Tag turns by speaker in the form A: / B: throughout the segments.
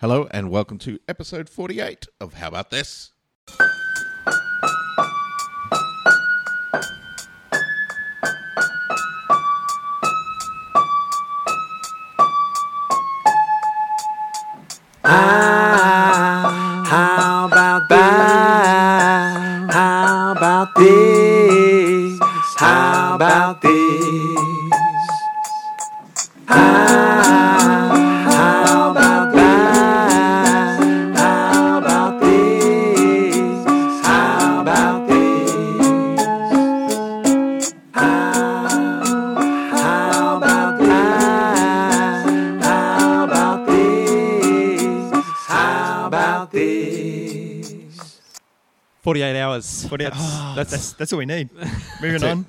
A: Hello, and welcome to episode 48 of How About This?
B: How about this? How about this? How about this? Ah, how about that? How about this? How about this? Ah, how about that? How about this? How about this?
C: 48 hours.
D: 48
C: Ah, That's-
D: Ah, that's, that's all we need. Moving on.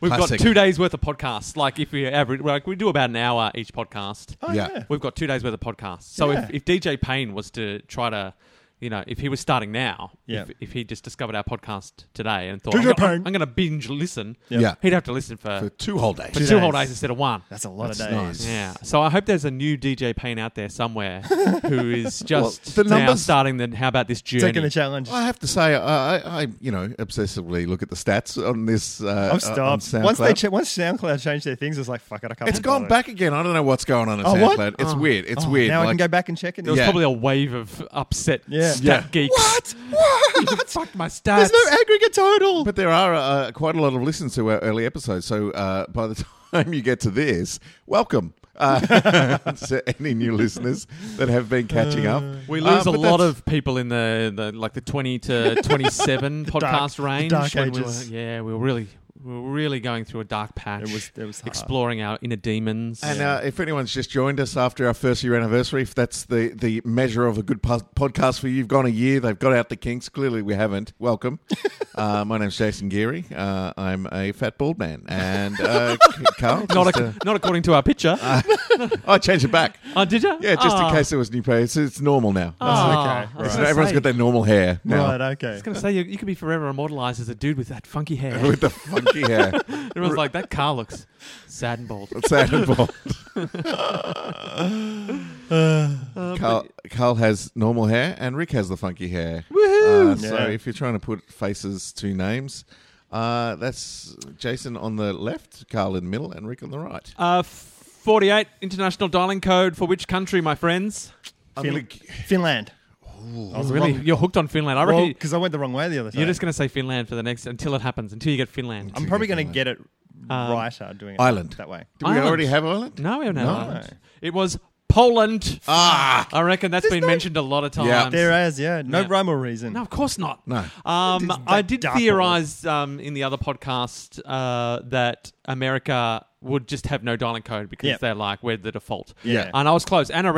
C: We've
A: Classic.
C: got two days worth of podcasts. Like if we average, like we do about an hour each podcast.
D: Oh,
A: Yeah.
D: yeah.
C: We've got two days worth of podcasts. So
D: Yeah.
C: if, if DJ Payne was to try to, you know, if he was starting now,
D: Yeah.
C: if, if he just discovered our podcast today and thought,
D: DJ
C: I'm, gonna-
D: Payne."
C: I'm going to binge listen,
D: Yeah.
A: Yeah.
C: he'd have to listen for,
A: For
C: for
A: two whole days.
C: two
D: Two
C: whole
D: days.
C: days instead of one.
D: That's a lot
A: That's
D: of
A: nice.
D: days.
C: Yeah. So I hope there's a new DJ Payne out there somewhere who is just
A: the
C: now
A: numbers-
C: starting the how about this journey.
D: Taking the challenge.
A: I have to say, I, I, I, you know, obsessively look at the stats on this. Uh,
D: I've
A: uh, on
D: stopped. Once they
A: SoundCloud.
D: cha- once SoundCloud changed their things, it's like fuck it. I can't.
A: it's
D: be
A: gone
D: bothered.
A: back again. I don't know what's going on in
D: Oh,
A: SoundCloud.
D: what?
A: It's
C: Oh.
A: weird. It's
D: Oh,
A: weird.
D: now I can
A: Like,
D: go back and check it.
C: there was
A: Yeah.
C: probably a wave of upset
D: Yeah.
C: stat
A: Yeah.
C: geeks.
D: What?
C: What? Fuck my stats.
D: There's no aggregate total.
A: But there are uh, quite a lot of listens to our early episodes. So uh, by the time you get to this, welcome uh, to any new listeners that have been catching up.
C: We
A: Uh,
C: lose a
A: but
C: lot
A: that's-
C: of people in the, the like the twenty to twenty seven podcast
D: dark- the
C: range.
D: dark
C: when we
D: ages.
C: were- yeah, we were really we were really going through a dark patch.
D: It was. It was hard.
C: exploring our inner demons.
A: And uh, if anyone's just joined us after our first year anniversary, if that's the, the measure of a good po- podcast for you, you've gone a year, they've got out the kinks. Clearly, we haven't. Welcome. uh, my name's Jason Geary. Uh, I'm a fat bald man. And uh, Carl,
C: not,
A: just,
C: ac- not according to our picture.
A: uh, I changed it back.
C: oh, did you?
A: Yeah, just
C: Ah.
A: in case there was new pay. It's, it's normal now.
C: Ah,
D: okay.
C: I was
A: It's-
C: gonna
A: everyone's
C: say-
A: got their normal hair now.
D: Right. Okay.
C: I was going to say, you, you could be forever immortalized as a dude with that funky hair.
A: With the funky hair.
C: Everyone's like, that car looks sad and bald.
A: It's out of ball.
C: Uh,
A: Carl, Carl has normal hair and Rick has the funky hair. Uh, so
D: Yeah.
A: if you're trying to put faces to names, uh, that's Jason on the left, Carl in the middle, and Rick on the right.
C: uh, 48 international dialing code for which country, my friends?
A: I'm
D: Fin-
A: gonna-
D: Finland.
A: Oh,
D: I was
C: Really?
D: wrong-
C: You're hooked on Finland. I
D: Well,
C: reckon
D: because I went the wrong way the other time.
C: you're just going to say Finland for the next until it happens, until you get Finland.
D: I'm probably going to get it
C: Um,
D: right. uh, Doing it
A: Island.
D: that way.
A: Do we
C: Ireland.
A: already have Ireland?
D: Mm.
C: No, we haven't had
A: No.
C: Ireland. It was Poland.
A: Ah!
C: I reckon that's been mentioned a lot of times.
A: Yeah.
D: There is. Yeah. No
C: Yeah.
D: rhyme or reason.
C: No, of course not.
A: No.
C: Um,
D: It is
C: I
D: that
C: did
D: dark
C: theorize um, in the other podcast uh, that America would just have no dialing code because
D: Yeah.
C: they're like, we're the default.
D: Yeah.
C: And I was close. Anna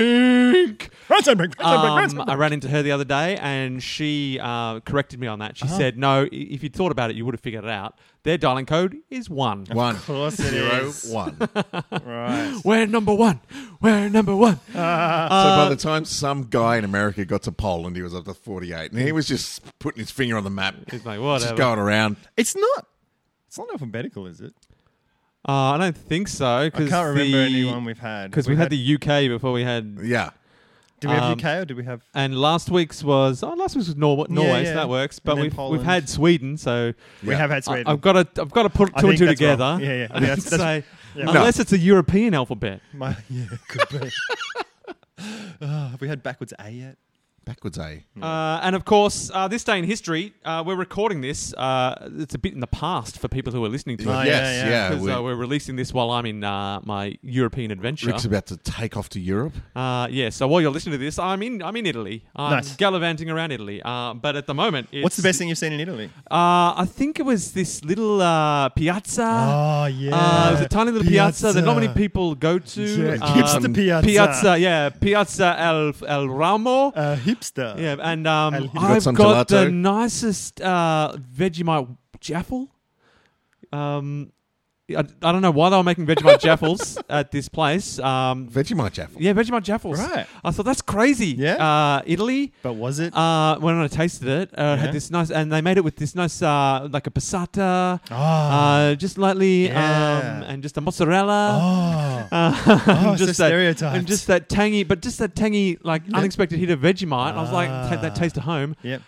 C: Renzenbrink.
D: Rosenberg, Rosenberg,
C: Um, I
D: Rosenberg.
C: ran into her the other day and she uh, corrected me on that.
D: Uh-huh.
C: She said, no, i- if you'd thought about it, you would have figured it out. Their dialing code is one.
A: One.
D: Of course it
A: Zero,
D: is.
A: one. So
D: Right.
C: We're number one. We're number one.
A: by the time some guy in America got to Poland, he was up to 48, and he was just putting his finger on the map.
C: He's like,
A: Just
C: whatever.
A: going around.
D: It's not. It's not alphabetical, is it?
C: Uh, I don't think so.
D: I
C: Cause
D: can't remember
C: the,
D: anyone we've had.
C: Because we had the UK before we had,
A: Yeah.
D: Do we have
C: um,
D: UK or do we have?
C: and last week's was oh, last week's was Nor- Norway, so
D: yeah.
C: that works.
D: And
C: But
D: then
C: we've we've
D: Poland.
C: had Sweden, so
D: We
A: Yeah.
D: have had
C: I,
D: Sweden.
C: I've got to I've got to put
D: I
C: two and
D: think
C: two
D: that's
C: together.
D: wrong. Yeah, yeah.
C: And
D: That's-
C: say
D: that's- yeah.
A: No.
C: unless it's a European alphabet.
D: My, yeah, could be. Uh, have we had backwards A yet?
A: Backwards A.
D: Mm.
C: Uh, and of course, uh, this day in history, uh, we're recording this. Uh, it's a bit in the past for people who are listening to
D: Oh,
C: it
D: yeah,
A: yes,
D: yeah.
A: yeah.
C: because
A: we-
C: uh, we're releasing this while I'm in uh, my European adventure.
A: Rick's about to take off to Europe.
C: Uh, yeah, so while you're listening to this, I'm in I'm in Italy. I'm
D: Nice.
C: gallivanting around Italy. Uh, but at the moment, it's,
D: What's the best thing you've seen in Italy?
C: Uh, I think it was this little uh, piazza.
D: Oh, yeah.
C: Uh, it was a tiny little piazza, that not many people go to.
D: Yeah,
C: Um,
D: hipster piazza.
C: piazza, yeah, Piazza El El Ramo.
D: Uh, hipster.
C: yeah, and um,
D: El- You got
C: I've
A: some
C: got,
A: gelato?
C: the nicest uh, Vegemite jaffle. Um, I, I don't know why they were making Vegemite Jaffles at this place. Um,
A: Vegemite Jaffle.
C: yeah, Vegemite Jaffles.
D: Right.
C: I thought that's crazy.
D: Yeah.
C: Uh, Italy.
D: But was it?
C: Uh, when I tasted it, uh, it
D: Yeah.
C: had this nice, and they made it with this nice, uh, like a passata,
D: Ah.
C: uh, just lightly,
D: Yeah.
C: um, and just a mozzarella.
D: oh.
C: Uh, and
D: Oh, it's the stereotypes.
C: and just that tangy, but just that tangy, like unexpected hit of Vegemite. I was like, take that
D: Ah.
C: taste to home.
D: Yep.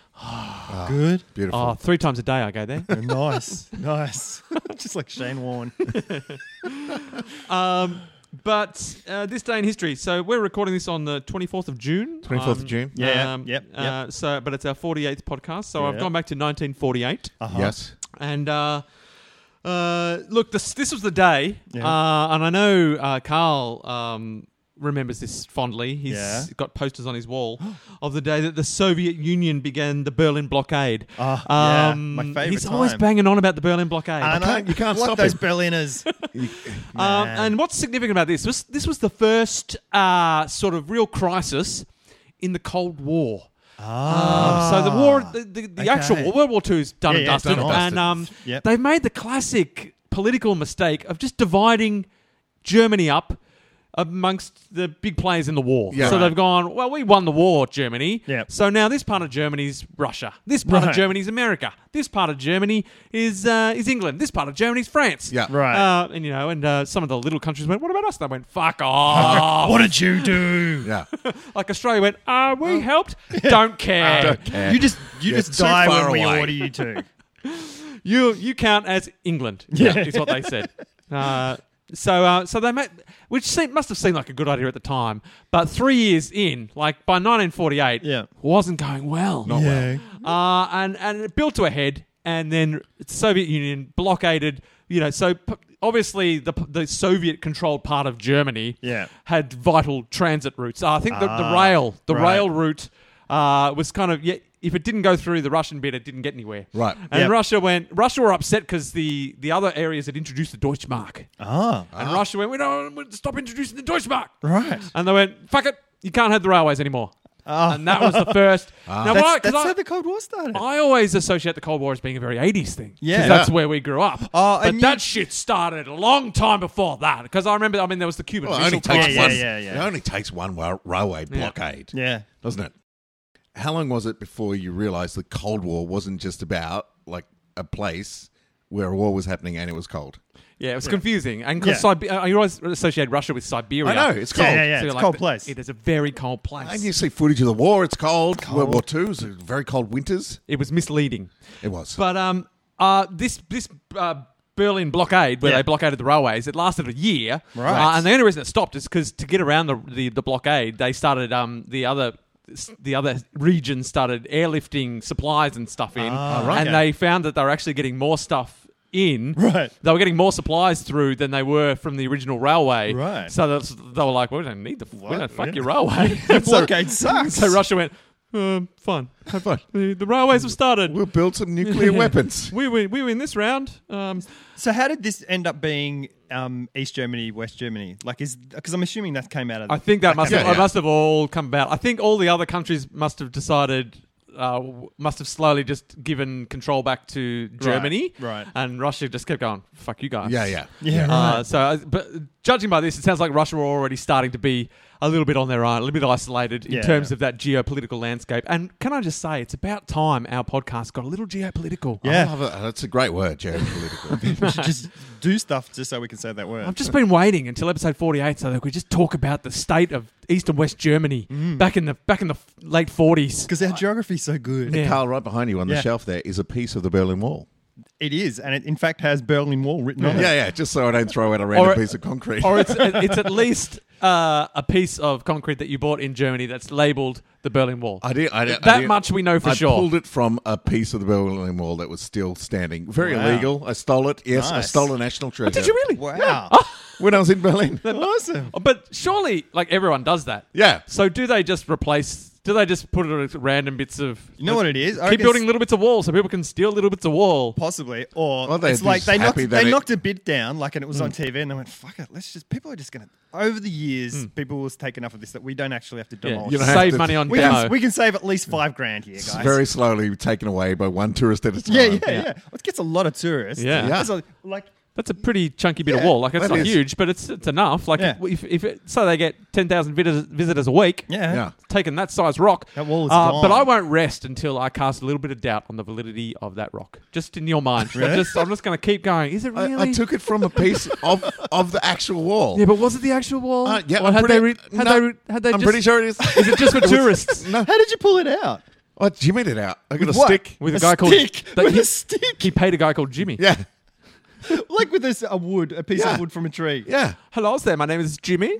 D: Good.
A: Ah, Beautiful.
C: Oh, three times a day I go there.
D: nice. Nice. Just like Shane Warne.
C: um, but uh, this day in history. So we're recording this on the 24th of June.
A: 24th of
C: Um,
A: June.
D: Yeah, yep, yep.
C: Uh, so, but it's our 48th podcast. So I've
D: Yeah.
C: gone back to 1948,
D: Uh-huh.
A: Yes.
C: and. Uh, uh, look, this this was the day,
D: Yeah.
C: uh, and I know uh, Carl um, remembers this fondly. He's
D: Yeah.
C: got posters on his wall of the day that the Soviet Union began the Berlin blockade. Um,
D: Oh, yeah. My favorite
C: He's always
D: time.
C: banging on about the Berlin blockade.
D: I know.
A: can't- you can't
D: What
A: stop
D: those
A: him.
D: Berliners.
C: Um,
D: Man.
C: and what's significant about this was this was the first uh, sort of real crisis in the Cold War.
D: Ah.
C: Um, so the war, the, the, the
D: Okay.
C: actual war, World War II is done
D: Yeah,
C: and
D: yeah, it's
C: dusted,
D: done
A: and
C: and
A: dusted.
C: um,
D: Yep.
C: they've made the classic political mistake of just dividing Germany up amongst the big players in the war.
A: Yeah.
C: So
A: Right.
C: they've gone, well, we won the war, Germany.
D: Yep.
C: So now this part of Germany's Russia. This part
D: Right.
C: of Germany's America. This part of Germany is uh, is England. This part of Germany's France.
A: Yeah.
D: Right.
C: Uh, and you know, and uh, some of the little countries went, "What about us?" They went, "Fuck off!"
D: Ah. what did you do?
A: Yeah.
C: like Australia went, "Ah,
D: Oh.
C: we helped. Don't care.
A: Yeah.
D: You just you
A: Yeah,
D: just
A: too
D: die
A: far
D: when we
A: away.
D: order you to.
C: You you count as England." Yeah, is what they said. Uh, so uh, so they made, which seemed, must have seemed like a good idea at the time, but three years in, like by 1948,
D: Yeah.
C: wasn't going well.
A: Not well.
C: uh, and and it built to a head, and then Soviet Union blockaded. You know, so p- obviously the p- the Soviet controlled part of Germany
D: Yeah.
C: had vital transit routes. Uh, I think the, the
D: Ah,
C: rail the
D: right.
C: rail route uh, was kind of yeah. If it didn't go through the Russian bit, it didn't get anywhere.
A: Right.
C: And
D: Yep.
C: Russia went. Russia were upset because the the other areas had introduced the Deutschmark,
D: Ah.
C: and Russia went, "We don't want to stop introducing the Deutschmark."
D: Right.
C: And they went, "Fuck it, you can't have the railways anymore."
D: Ah.
C: And that was the first. Now,
D: That's,
C: why- 'cause
D: that's
C: I-
D: how the Cold War started.
C: I always associate the Cold War as being a very 80s thing. 'cause
D: Yeah.
C: That's where we grew up.
A: Uh,
D: Oh,
C: but
D: and
C: that
D: you-
C: shit started a long time before that. Because I remember, I mean, there was the Cuban
A: Well, it
C: Missile
A: only takes
C: Crisis.
D: Yeah,
A: one.
D: yeah, yeah.
A: It only takes one wa- railway blockade,
D: yeah.
A: doesn't it? How long was it before you realised the Cold War wasn't just about like a place where a war was happening and it was cold?
C: Yeah, it was confusing. And 'cause
D: Yeah.
C: Sibe- uh, you always associate Russia with Siberia.
A: I know it's
D: Oh, Yeah,
A: cold.
D: yeah, yeah.
C: So
D: It's
C: you're
D: a
C: like,
D: cold place.
C: It is a very cold
A: And you
C: place.
A: see footage of the war. It's cold. World War Two is very cold winters.
C: It was misleading.
A: It was.
C: But um, uh, this this uh, Berlin blockade, where
D: Yeah.
C: they blockaded the railways, it lasted a year.
D: Right.
C: Uh, and the only reason it stopped is because to get around the, the the blockade, they started um the other. The other region started airlifting supplies and stuff in,
D: Ah, right.
C: and
D: Okay.
C: they found that they were actually getting more stuff in.
D: Right.
C: they were getting more supplies through than they were from the original railway.
D: Right.
C: so that's, they were like, "We don't need the we
D: What?
C: don't fuck
D: Yeah.
C: your railway."
D: The
C: so,
D: blockade sucks.
C: so Russia went, um, "Fine,
A: Have fun.
C: the, the railways have started.
A: We'll build some nuclear weapons.
C: We win. We win this round. Um,
D: So how did this end up being um, East Germany, West Germany? Like, is because I'm assuming that came out of.
C: I think that must
A: Yeah,
C: have.
A: yeah.
C: I must have all come about. I think all the other countries must have decided. Uh, w- must have slowly just given control back to Germany,
D: right.
C: And Russia just kept going. Fuck you guys.
A: Yeah, yeah.
D: Yeah.
C: Uh, so, uh, but judging by this, it sounds like Russia were already starting to be a little bit on their own, a little bit isolated in
D: Yeah.
C: terms of that geopolitical landscape. And can I just say, it's about time our podcast got a little geopolitical.
A: I
D: Yeah.
A: love it. That's a great word, geopolitical.
D: we should just do stuff just so we can say that word.
C: I've just been waiting until episode 48 so that we just talk about the state of East and West Germany back in the back in the f- late 40s.
D: Because our geography's so good.
C: Yeah.
A: Carl, right behind you on
D: Yeah.
A: the shelf there is a piece of the Berlin Wall.
D: It is, and it in fact has Berlin Wall written on it.
A: Yeah, yeah. Just so I don't throw out a random
C: Or-
A: piece of concrete.
C: Or it's it's at least uh, a piece of concrete that you bought in Germany that's labeled the Berlin Wall.
A: I did. I, did- I
C: that
A: did-
C: much we know for
A: I
C: sure.
A: pulled it from a piece of the Berlin Wall that was still standing. Very
D: Wow.
A: illegal. I stole it. Yes, I
D: Nice.
A: stole a national treasure.
C: Oh, Did you really?
D: Wow.
A: When I was in Berlin.
D: awesome.
C: But surely like everyone does that.
A: Yeah.
C: So do they just replace do they just put it at random bits of uh,
D: You know what it is? I
C: Keep
D: reckon
C: building
D: it's
C: little bits of wall so people can steal little bits of wall.
D: Possibly, or
A: Well, they'd
D: it's
A: be
D: like they
A: just
D: knocked
A: happy that
D: they
A: it-
D: knocked a bit down, like, and it was on TV, and they went, "Fuck it, let's just." People are just gonna over the years, people will take enough of this that we don't actually have to
C: Hmm. Yeah.
D: demolish.
A: You don't have
C: Save
A: to-
C: money on
D: we,
C: demo.
D: can, we can save at least five grand here, guys.
A: Very slowly taken away by one tourist at a time.
D: Yeah, yeah, yeah, It gets a lot of tourists.
C: Yeah.
A: Yeah.
D: It's like, like
C: That's a pretty chunky bit of
A: Yeah,
C: wall. Like it's
A: that
C: not
A: is.
C: huge, but it's it's enough. Like
D: Yeah.
C: if, if it, so, they get ten thousand visitors, visitors a week.
D: Yeah.
A: Yeah.
C: Taking that size rock, uh,
D: That wall is gone.
C: But I won't rest until I cast a little bit of doubt on the validity of that rock, just in your mind. I'm just, I'm just going to keep going. Is it really?
A: I, I took it from a piece of, of the actual wall.
C: yeah, but was it the actual wall?
A: Uh, yeah,
C: Or
A: I'm
C: had
A: pretty-
C: they re- had
A: no,
C: they re- had they
A: I'm
C: just-
A: pretty sure it is. Oh,
C: Is it just for tourists?
A: no,
D: How did you pull it out?
A: I jimmied it out. I got a
D: What?
A: stick.
C: With a
D: a
C: guy called-
D: stick.
C: that
D: with
C: he-
D: a stick,
C: He paid a guy called Jimmy.
A: Yeah,
D: like with this a wood, a piece
A: Yeah.
D: of wood from a tree.
A: yeah.
C: Hello there, my name is Jimmy.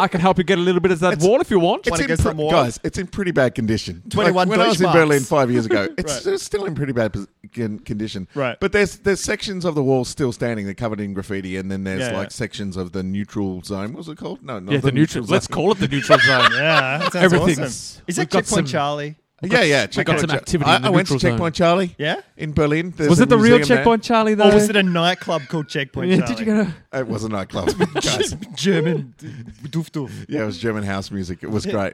C: I can help you get a little bit of that wall if you want.
A: It's
D: it
A: in
D: goes
A: pre-
D: on walls.
A: guys, it's in pretty bad condition.
D: 21
A: when I was
D: Deutsche
A: in Berlin
D: Marks.
A: five years ago, it's
D: Right.
A: still in pretty bad pos- con- condition.
D: Right.
A: But there's there's sections of the wall still standing. They're covered in graffiti, and then there's
D: Yeah,
A: like
D: yeah.
A: sections of the neutral zone. What was it called? No, not
C: yeah, the neutral. Let's call it the neutral zone.
D: Yeah, that sounds
C: Everything's-
D: awesome. Is
C: we've
D: that
C: got
D: Checkpoint
C: some-
D: Charlie?
A: Yeah, yeah.
C: I got
A: Checkpoint
C: some
A: Char-
C: activity
A: I,
C: in the
A: I went to
C: neutral
A: Checkpoint Charlie.
D: Yeah?
A: In Berlin. There's
C: Was
A: a
C: it the real
A: museum there.
C: checkpoint, Charlie? Though,
D: Or was it a nightclub called Checkpoint
C: Uh, yeah,
D: Charlie?
C: did you go to?
A: It was a nightclub. guys.
D: German doof doof.
A: Yeah, it was German house music. It was great.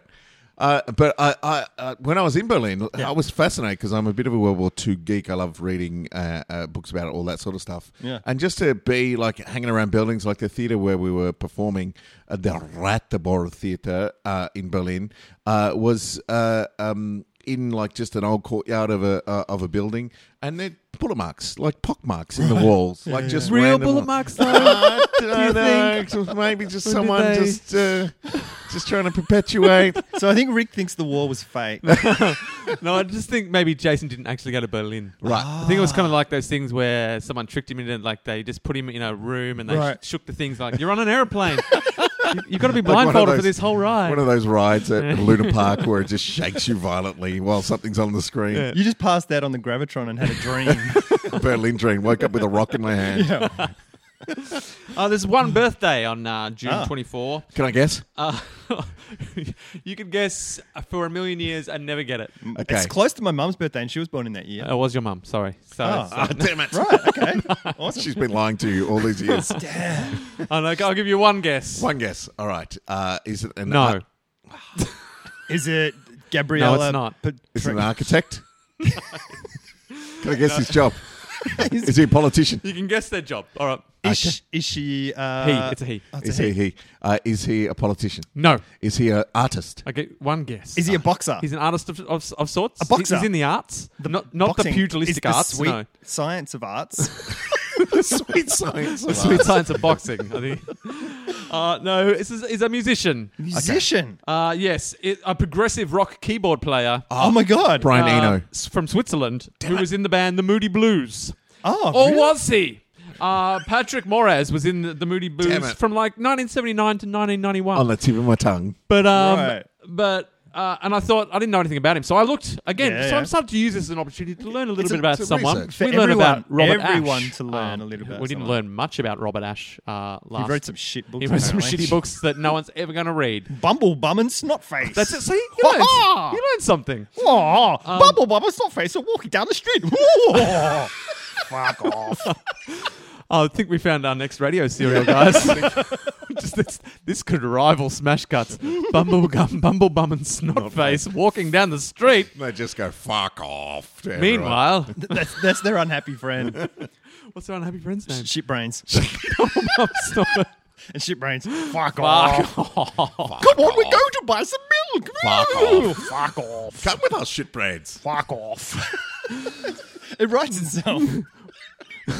A: Uh, but I, I uh, when I was in Berlin, I was fascinated because I'm a bit of a World War II geek. I love reading uh, uh, books about it, all that sort of stuff.
D: Yeah.
A: And just to be like hanging around buildings like the theater where we were performing, uh, the Ratibor Theater uh, in Berlin, uh, was uh, um, in like just an old courtyard of a uh, of a building, and they bullet marks, like pock marks in the walls, like just
C: Real
A: random-
C: bullet marks, though?
A: I don't
C: you
A: know,
C: think?
A: 'cause maybe just
C: Or did
A: someone
C: they-
A: just uh, just trying to perpetuate.
D: So I think Rick thinks the war was fake.
C: No, I just think maybe Jason didn't actually go to Berlin.
A: Right.
C: I think it was kind of like those things where someone tricked him into like they just put him in a room and they
D: Right.
C: sh- shook the things like you're on an airplane. you, you've got to be
A: Like one of
C: blindfolded for
A: those-
C: this whole ride.
A: One of those rides at Luna Park where it just shakes you violently while something's on the screen.
C: Yeah.
D: You just passed out on the Gravitron and had a dream.
A: Berlin Dream. Woke up with a rock in my hand.
C: Oh, there's one birthday on uh, June
D: Ah.
C: 24.
A: Can I guess?
C: Uh, you could guess uh, for a million years and never get it.
D: Mm.
C: Uh,
A: Okay.
D: It's close to my mum's birthday and she was born in that year.
C: It was your mum. Sorry. So,
D: Oh.
C: so-
A: Ah, damn it.
D: Right, okay. Awesome.
A: She's been lying to you all these years.
C: I know, oh, I'll give you one guess.
A: One guess. All right. Uh, is it an ar-
C: no,
D: Is it Gabriella?
C: not.
D: Pat-
A: is it an architect? Can I guess his job? is he a politician?
C: you can guess their job. All right.
D: is, is she. Uh,
C: He. It's a he.
D: oh, it's a
A: Is
D: he.
A: he he? Uh, is he a politician?
C: No.
A: Is he an artist?
C: I get one guess.
D: Is he a boxer?
C: He's an artist of, of, of sorts.
D: Ah. A boxer.
C: He's in the arts. not not
D: Boxing
C: the pugilistic
D: is the
C: arts.
D: Sweet
C: No.
D: science of arts.
A: Sweet science.
C: The sweet science of boxing. I think. Uh, no, this is, he's a musician.
D: Musician.
C: Uh, yes, it, a progressive rock keyboard player.
D: Oh, my God.
A: Brian
C: uh,
A: Eno.
C: s- From Switzerland, who was in the band The Moody Blues.
D: Oh,
C: Or
D: really?
C: was he? Uh, Patrick Moraz was in the, the Moody
A: Damn
C: Blues
A: it.
C: from like 1979 to 1991.
A: On the tip of my tongue.
C: But um,
D: Right.
C: but uh, and I thought I didn't know anything about him, so I looked again.
D: Yeah,
C: so
D: yeah.
C: I'm starting to use this as an opportunity to learn a little
A: It's
C: bit
A: a-
C: about
A: it's a
C: someone.
A: research.
D: For
C: we learned about
D: everyone-
C: Robert
D: everyone
C: Ash. Um,
D: to learn a little about
C: We didn't
D: someone.
C: learn much about Robert Ash uh, last.
D: He wrote some shit books.
C: he wrote some
D: apparently.
C: shitty books that no one's ever going to read.
D: Bumble bum and snot face.
C: That's it. See, you learned,
D: Ha-ha!
C: you learned something.
D: Oh, bubble bubble stop face are walking down the street. Whoa. Fuck off.
C: I think we found our next radio serial, guys. Just this, this could rival Smash Cuts. Bumblegum, Bumblebum, and Snotface walking down the street.
A: They just go, fuck off. to everyone.
C: Meanwhile,
D: That's, that's their unhappy friend.
C: what's our unhappy friend's name?
D: shit brains.
C: Bumblebum, Snotface.
D: And shit brains. Fuck, off.
C: Fuck off.
D: Come on, we're going to buy some milk.
A: Fuck off.
D: Fuck off.
A: Come with us, shit brains.
D: Fuck off. it writes itself.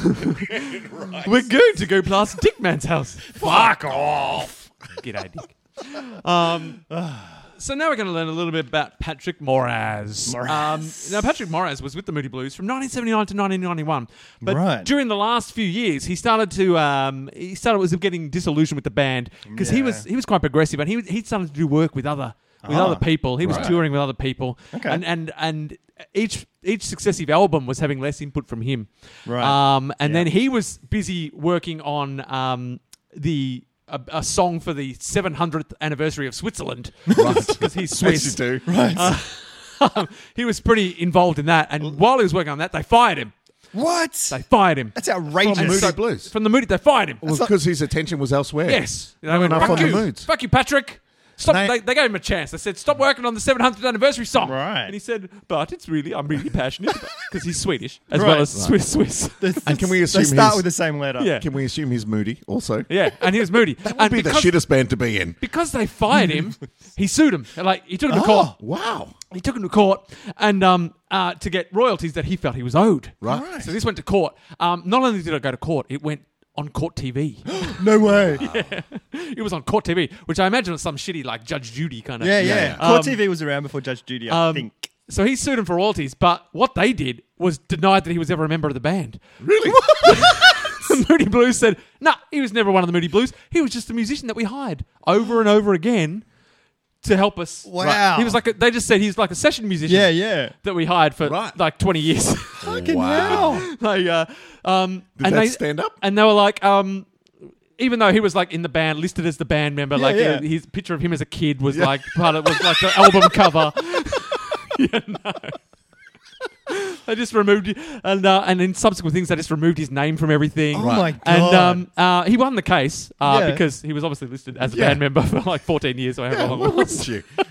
C: We're going to go past Dick Man's house.
D: Fuck off.
C: G'day, Dick. Um, so now we're going to learn a little bit about Patrick Moraz. Um,
D: Moraz.
C: now, Patrick Moraz was with the Moody Blues from 1979 to 1991. But
D: Right.
C: during the last few years, he started to um, he started was getting disillusioned with the band because he
D: Yeah.
C: was he was quite progressive and he was- he started to do work with other with
D: Ah,
C: other people. He was
D: right.
C: touring with other people.
D: Okay.
C: And and and each each successive album was having less input from him.
D: Right.
C: Um, and
D: Yeah.
C: then he was busy working on um, the a, a song for the 700th anniversary of Switzerland because he's
A: Yes, you
C: Swiss. Um,
A: do.
D: Right.
C: he was pretty involved in that, and while he was working on that, they fired him.
D: what?
C: They fired him
D: That's outrageous.
A: Moody
C: so-
A: Blues.
C: from the Moody. They fired him.
A: Well, because his attention was elsewhere.
C: Yes, they
A: Not
C: went,
A: enough on
C: fuck
A: the
C: you,
A: moods."
C: fuck you, Patrick. Stop,
A: Name-
C: they, they gave him a chance. They said, "Stop working on the 700th anniversary song."
D: Right.
C: And he said, "But it's really, I'm really passionate because he's Swedish as
D: Right.
C: well as Swiss, Swiss."
A: And can we
D: They
A: assume
D: start
A: he's-
D: with the same letter.
C: Yeah.
A: Can we assume he's moody also?
C: yeah, and he was moody.
A: That would
C: and
A: be
C: because,
A: the shittest band to be in.
C: because they fired him, he sued him. Like he took him to court.
A: Oh, wow.
C: He took him to court and um, uh, to get royalties that he felt he was owed.
A: Right.
C: So this went to court. Um, not only did I go to court, it went on court TV.
D: No way. Yeah,
C: it was on court TV, which I imagine was some shitty like Judge Judy kind of.
D: yeah.
A: yeah.
D: Court
C: Um,
D: TV was around before Judge Judy, I
C: Um,
D: think.
C: So he sued him for royalties, but what they did was denied that he was ever a member of the band.
A: Really?
C: The Moody Blues said, nah, he was never one of the Moody Blues. He was just a musician that we hired over and over again to help us.
D: Wow.
C: He was like, a, they just said he's like a session musician
D: Yeah, yeah.
C: that we hired for
A: Right.
C: like 20 years.
D: Fucking
A: wow.
D: hell.
C: like, uh, um,
A: Did
C: and
A: that
C: they,
A: stand up?
C: And they were like, um, even though he was like in the band, listed as the band member, like
D: yeah.
C: uh, his picture of him as a kid was like part of was like the album cover. yeah, no. They just removed it, and uh, and in subsequent things, they just removed his name from everything.
D: Oh my
C: And
D: God.
C: um, uh, he won the case uh,
D: Yeah.
C: because he was obviously listed as a
A: Yeah.
C: band member for like 14 years or however
A: Yeah,
C: long
A: why
C: it was.
A: wouldn't you?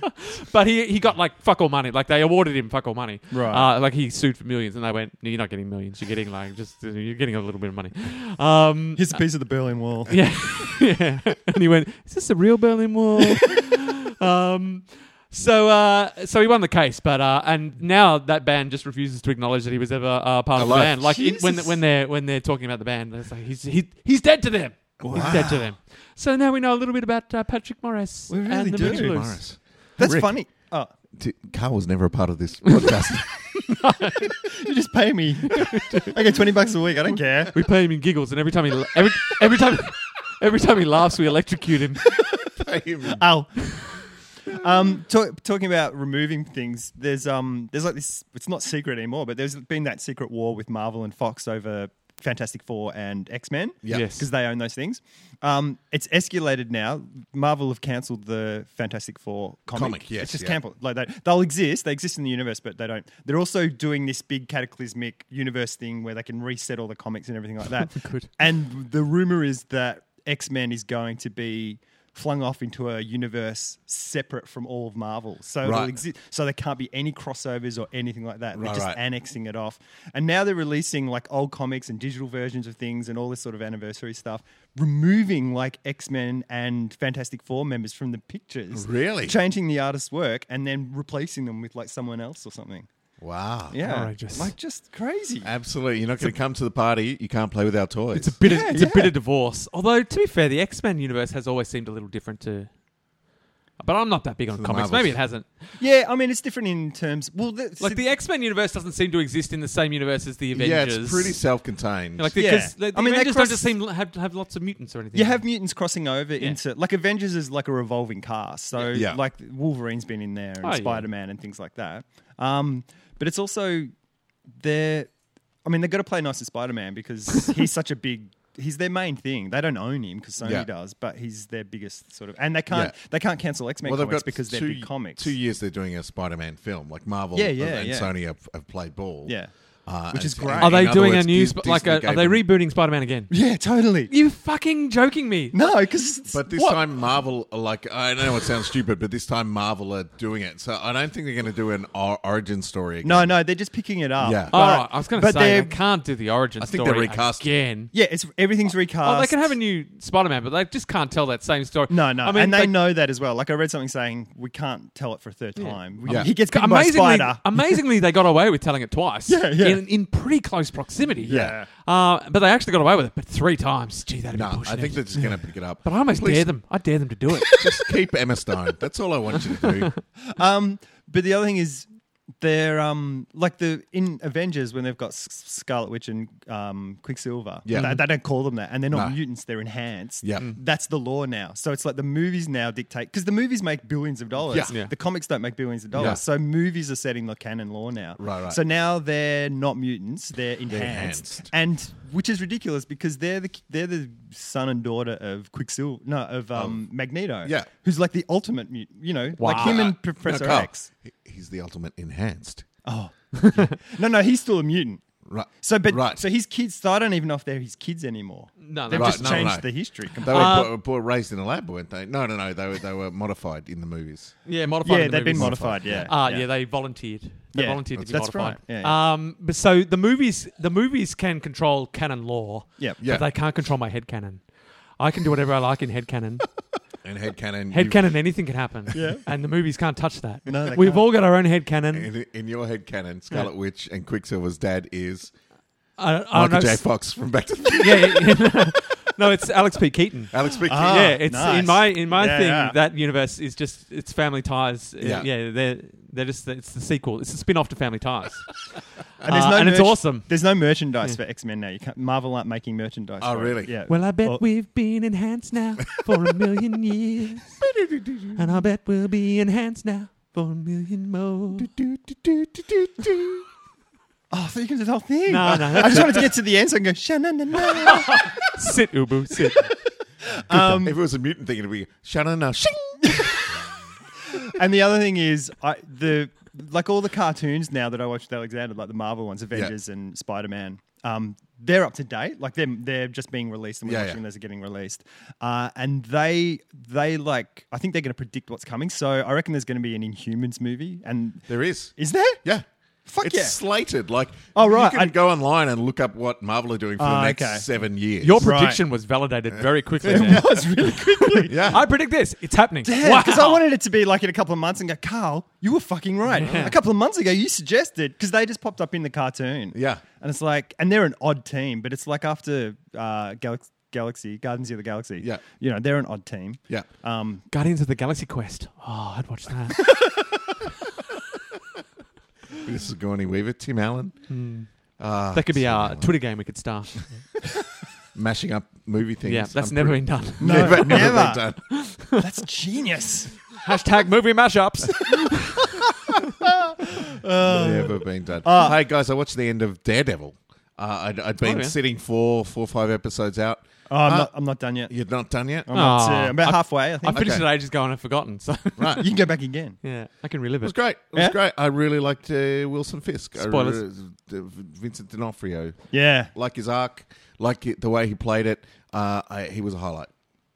C: But he he got like fuck all money. Like they awarded him fuck all money.
D: Right.
C: Uh, like he sued for millions, and they went, "No, "You're not getting millions. You're getting like just you're getting a little bit of money." Um,
D: Here's a piece of the Berlin Wall.
C: yeah, yeah. And he went, "Is this the real Berlin Wall?" um, so uh, so he won the case, but uh, and now that band just refuses to acknowledge that he was ever uh, part of the
A: Alive.
C: band. Like in, when
D: Jesus.
C: when they're when they're talking about the band, it's like he's he, he's dead to them. He's dead to them. So now we know a little bit about uh, Patrick Morris
D: We really
C: and the
D: do.
C: Moody Blues.
A: Morris.
D: That's
A: Rick.
D: funny. Oh,
A: D- Carl was never a part of this podcast.
D: you just pay me. I get 20 bucks a week. I don't care.
C: We play him in giggles, and every time he la- every every time every time he laughs, we electrocute him.
D: Ow. um, talk, talking about removing things, there's um, there's like this. It's not secret anymore, but there's been that secret war with Marvel and Fox over Fantastic Four and X Men.
A: Yeah.
C: Yes.
D: because they own those things. Um, it's escalated now. Marvel have cancelled the Fantastic Four comic.
A: Comic, yes,
D: it's just
A: yeah.
D: cancelled. Like they, they'll exist. They exist in the universe, but they don't. They're also doing this big cataclysmic universe thing where they can reset all the comics and everything like that.
C: Good.
D: And the rumor is that X Men is going to be flung off into a universe separate from all of Marvel. So it'll
A: Right.
D: exi- so there can't be any crossovers or anything like that.
A: Right,
D: they're just
A: right.
D: annexing it off. And now they're releasing like old comics and digital versions of things and all this sort of anniversary stuff, removing like X Men and Fantastic Four members from the pictures.
A: Really?
D: Changing the artist's work and then replacing them with like someone else or something.
A: wow.
D: Yeah.
C: Outrageous.
D: Like just crazy.
A: Uh, Absolutely. You're not going to come to the party. You can't play with our toys.
C: It's a bit
D: Yeah,
C: of, it's a bit
D: yeah.
C: of divorce. Although to be fair, the X Men universe has always seemed a little different to. But I'm not that big on
A: the
C: comics.
A: Marvels.
C: Maybe it hasn't.
D: Yeah, I mean it's different in terms well the,
C: Like the X Men universe doesn't seem to exist in the same universe as the
A: yeah,
C: Avengers.
A: it's pretty self-contained.
C: Like because
D: Yeah.
C: the, the
D: I mean, they
C: Avengers
D: cross-
C: don't just seem to have, have lots of mutants or anything.
D: You have mutants crossing over into like Avengers is like a revolving cast. So
A: Yeah.
D: like Wolverine's been in there and
C: Oh, yeah.
D: Spider Man and things like that. Um, but it's also they're I mean they've got to play nice to Spider Man because he's such a big he's their main thing. They don't own him because Sony
A: Yeah.
D: does, but he's their biggest sort of and they can't
A: Yeah.
D: they can't cancel X Men
A: well, they've
D: comics
A: got
D: because they're
A: two,
D: big comics.
A: Two years they're doing a Spider-Man film. Like Marvel
D: Yeah, yeah,
A: and
D: yeah.
A: Sony have, have played ball.
D: Yeah.
A: Uh,
D: Which
A: and-
D: is great.
A: and
C: Are they
A: in other
C: doing
A: words,
C: a new
A: Dis-
C: sp- like?
A: Disney
C: A,
A: gave
C: are they
A: them-
C: rebooting Spider Man again?
D: Yeah, totally.
C: You fucking joking me?
D: No, because
A: But this
C: What?
A: time, Marvel, are like, I know it sounds stupid, but this time Marvel are doing it. So I don't think they're going to do an or- origin story again.
D: no, no, they're just picking it up.
A: Yeah.
C: Oh,
D: But-
C: I was going to
D: but
C: say they
D: they're-
C: can't do the origin
A: I think they're
C: story
A: recasting.
C: again.
D: yeah, it's everything's recast.
C: Oh, they can have a new Spider-Man, but they just can't tell that same story.
D: No, no,
C: I mean,
D: and they, know that as well. Like I read something saying we can't tell it for a third time. We-
A: Yeah.
D: He gets bitten by a
C: amazingly,
D: spider.
C: amazingly, they got away with telling it twice.
D: Yeah, yeah.
C: In, in pretty close proximity.
D: Yeah.
C: Uh, but they actually got away with it, but three times. Gee, that'd be
A: No,
C: pushing
A: I think
C: it.
A: they're just going to pick it up.
C: But I almost
A: Please
C: dare them. I dare them to do it.
A: Just keep Emma Stone. That's all I want you to do.
D: um, but the other thing is, they're um, like the in Avengers when they've got S- Scarlet Witch and um, Quicksilver.
A: Yeah.
D: they, they don't call them that, and they're not
A: No.
D: mutants; they're enhanced.
A: Yeah. Mm.
D: that's the law now. So it's like the movies now dictate because the movies make billions of dollars.
A: Yeah.
C: Yeah.
D: the comics don't make billions of dollars.
A: Yeah.
D: So movies are setting the canon law now.
A: Right, right.
D: So now they're not mutants; they're
A: enhanced.
D: enhanced, and which is ridiculous because they're the they're the son and daughter of Quicksilver, no, of um, Magneto.
A: yeah.
D: who's like the ultimate mutant. You know, like
C: Wow.
D: him and
A: Uh,
D: Professor
A: no, Carl,
D: X. Oh,
A: he- He's the ultimate enhanced.
D: No, no, he's still a mutant.
A: Right.
D: So, but
A: Right.
D: so his kids. So I don't even know if they're his kids anymore.
C: No, no.
D: they've
C: Right,
D: just
A: no,
D: changed
A: no.
D: the history.
A: They
D: Completely.
A: were
C: Uh,
A: bo- bo- raised in a lab, weren't they? No, no, no. They were they were modified in the movies.
C: Yeah, modified.
D: yeah,
C: in the
D: they've been
C: movies.
D: modified. Yeah.
A: Uh,
C: Ah, yeah. they volunteered. They
D: Yeah,
C: volunteered to be
D: that's
C: modified.
D: right. Yeah,
C: Um, but so the movies, the movies can control canon law.
D: Yep.
A: Yeah.
C: But they can't control my head canon. I can do whatever I like in head canon.
A: And headcanon.
C: Head
A: you-
C: canon, anything can happen.
D: Yeah.
C: And the movies can't touch that.
D: No, they
C: We've
D: can't.
C: all got our own head canon.
A: In, in your headcanon, Scarlet Witch and Quicksilver's dad is
C: I, I
D: Oh,
C: don't
A: Michael
C: know.
A: J. Fox from Back to the Future.
C: oh, yeah, yeah, yeah. no, it's Alex P. Keaton.
A: Alex Pickett.
D: Ah.
C: yeah, it's
D: nice.
C: in my in my
D: Yeah,
C: thing.
D: yeah.
C: That universe is just it's Family Ties.
A: Yeah.
C: Yeah, yeah they're they're just it's the sequel. It's a spin off to Family Ties.
D: and, there's
C: Uh,
D: no
C: and it's
D: merch-
C: awesome.
D: There's no merchandise for X Men now. You can't, Marvel aren't making merchandise.
A: Oh,
D: for it.
A: really?
D: Yeah.
C: Well, I bet
D: Well-
C: we've been enhanced now for a million years, and I bet we'll be enhanced now for a million more.
D: oh, so you can do the whole thing.
C: No, no,
D: I just wanted to get to the end so I can go. "Sha-na-na-na."
C: sit, Ubu, sit.
A: Um, if it was a mutant thing, it'd be Shannon. uh, shing.
D: and the other thing is, I the like all the cartoons now that I watch with Alexander, like the Marvel ones, Avengers and Spider Man. Um, they're up to date. Like they're they're just being released, and we're
A: Yeah,
D: watching
A: yeah.
D: those are getting released. Uh, and they they like I think they're going to predict what's coming. So I reckon there's going to be an Inhumans movie. And
A: There is.
D: is there?
A: Yeah.
D: Fuck
A: it's
D: yeah.
A: slated. Like,
D: Oh, right,
A: You can
D: I-
A: go online and look up what Marvel are doing for the
D: Ah,
A: next
D: okay.
A: seven years.
C: Your
D: Right.
C: prediction was validated very quickly. there.
D: It was really quickly.
A: yeah.
C: I predict this. It's happening.
D: Yeah, because
C: Wow.
D: I wanted it to be like in a couple of months and go, Carl, you were fucking right. A couple of months ago, you suggested because they just popped up in the cartoon.
A: Yeah.
D: and it's like, and they're an odd team, but it's like after uh, Galax- Galaxy, Guardians of the Galaxy.
A: Yeah.
D: you know they're an odd team.
A: yeah.
D: Um,
C: Guardians of the Galaxy Quest. Oh, I'd watch that.
A: This is Gorny Weaver, Tim Allen.
D: Hmm.
A: Ah,
C: that could be
A: Tim
C: our
A: Allen.
C: Twitter game we could start.
A: mashing up movie things.
C: Yeah, that's
A: I'm
C: never
A: pretty-
C: been done.
A: never, never,
D: never.
A: been done.
D: that's genius.
C: Hashtag movie mashups.
A: never been done. hey guys, I watched the end of Daredevil. Uh, I'd, I'd been
C: Oh, yeah.
A: sitting four, four, or five episodes out.
D: Oh, I'm,
A: Uh,
D: not, I'm not done yet.
A: You're not done yet,
D: I'm, up to-
C: Aw.
D: I'm about
C: I-
D: halfway. I
C: I
D: think
C: finished
A: Okay.
C: it ages ago and I've forgotten. So
A: right?
D: you can go back again.
C: yeah, I can relive
A: It was
C: it.
A: great. It was
D: Yeah?
A: great. I really liked uh, Wilson Fisk. I
C: Spoilers.
A: re- uh, Vincent D'Onofrio.
D: Yeah,
A: Like his arc, like it, the way he played it. Uh, I, he was a highlight.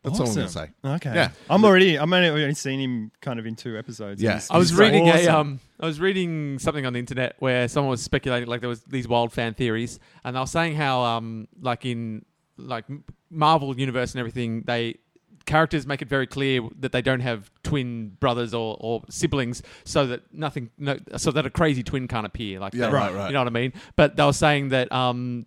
A: That's all I'm going to
D: Awesome.
A: say.
D: Okay.
A: Yeah.
D: I'm already. I'm only, only seen him kind of in two episodes.
A: Yeah.
D: He's-
C: I was
D: he's
C: reading
D: awesome.
C: a um, I was reading something on the internet where someone was speculating like there was these wild fan theories, and they were saying how um, like in like M- Marvel universe and everything, they characters make it very clear that they don't have twin brothers or, or siblings, so that nothing, no, so that a crazy twin can't appear. Like
A: Yeah,
C: they-
A: right, right.
C: You know what I mean? But they were saying that um,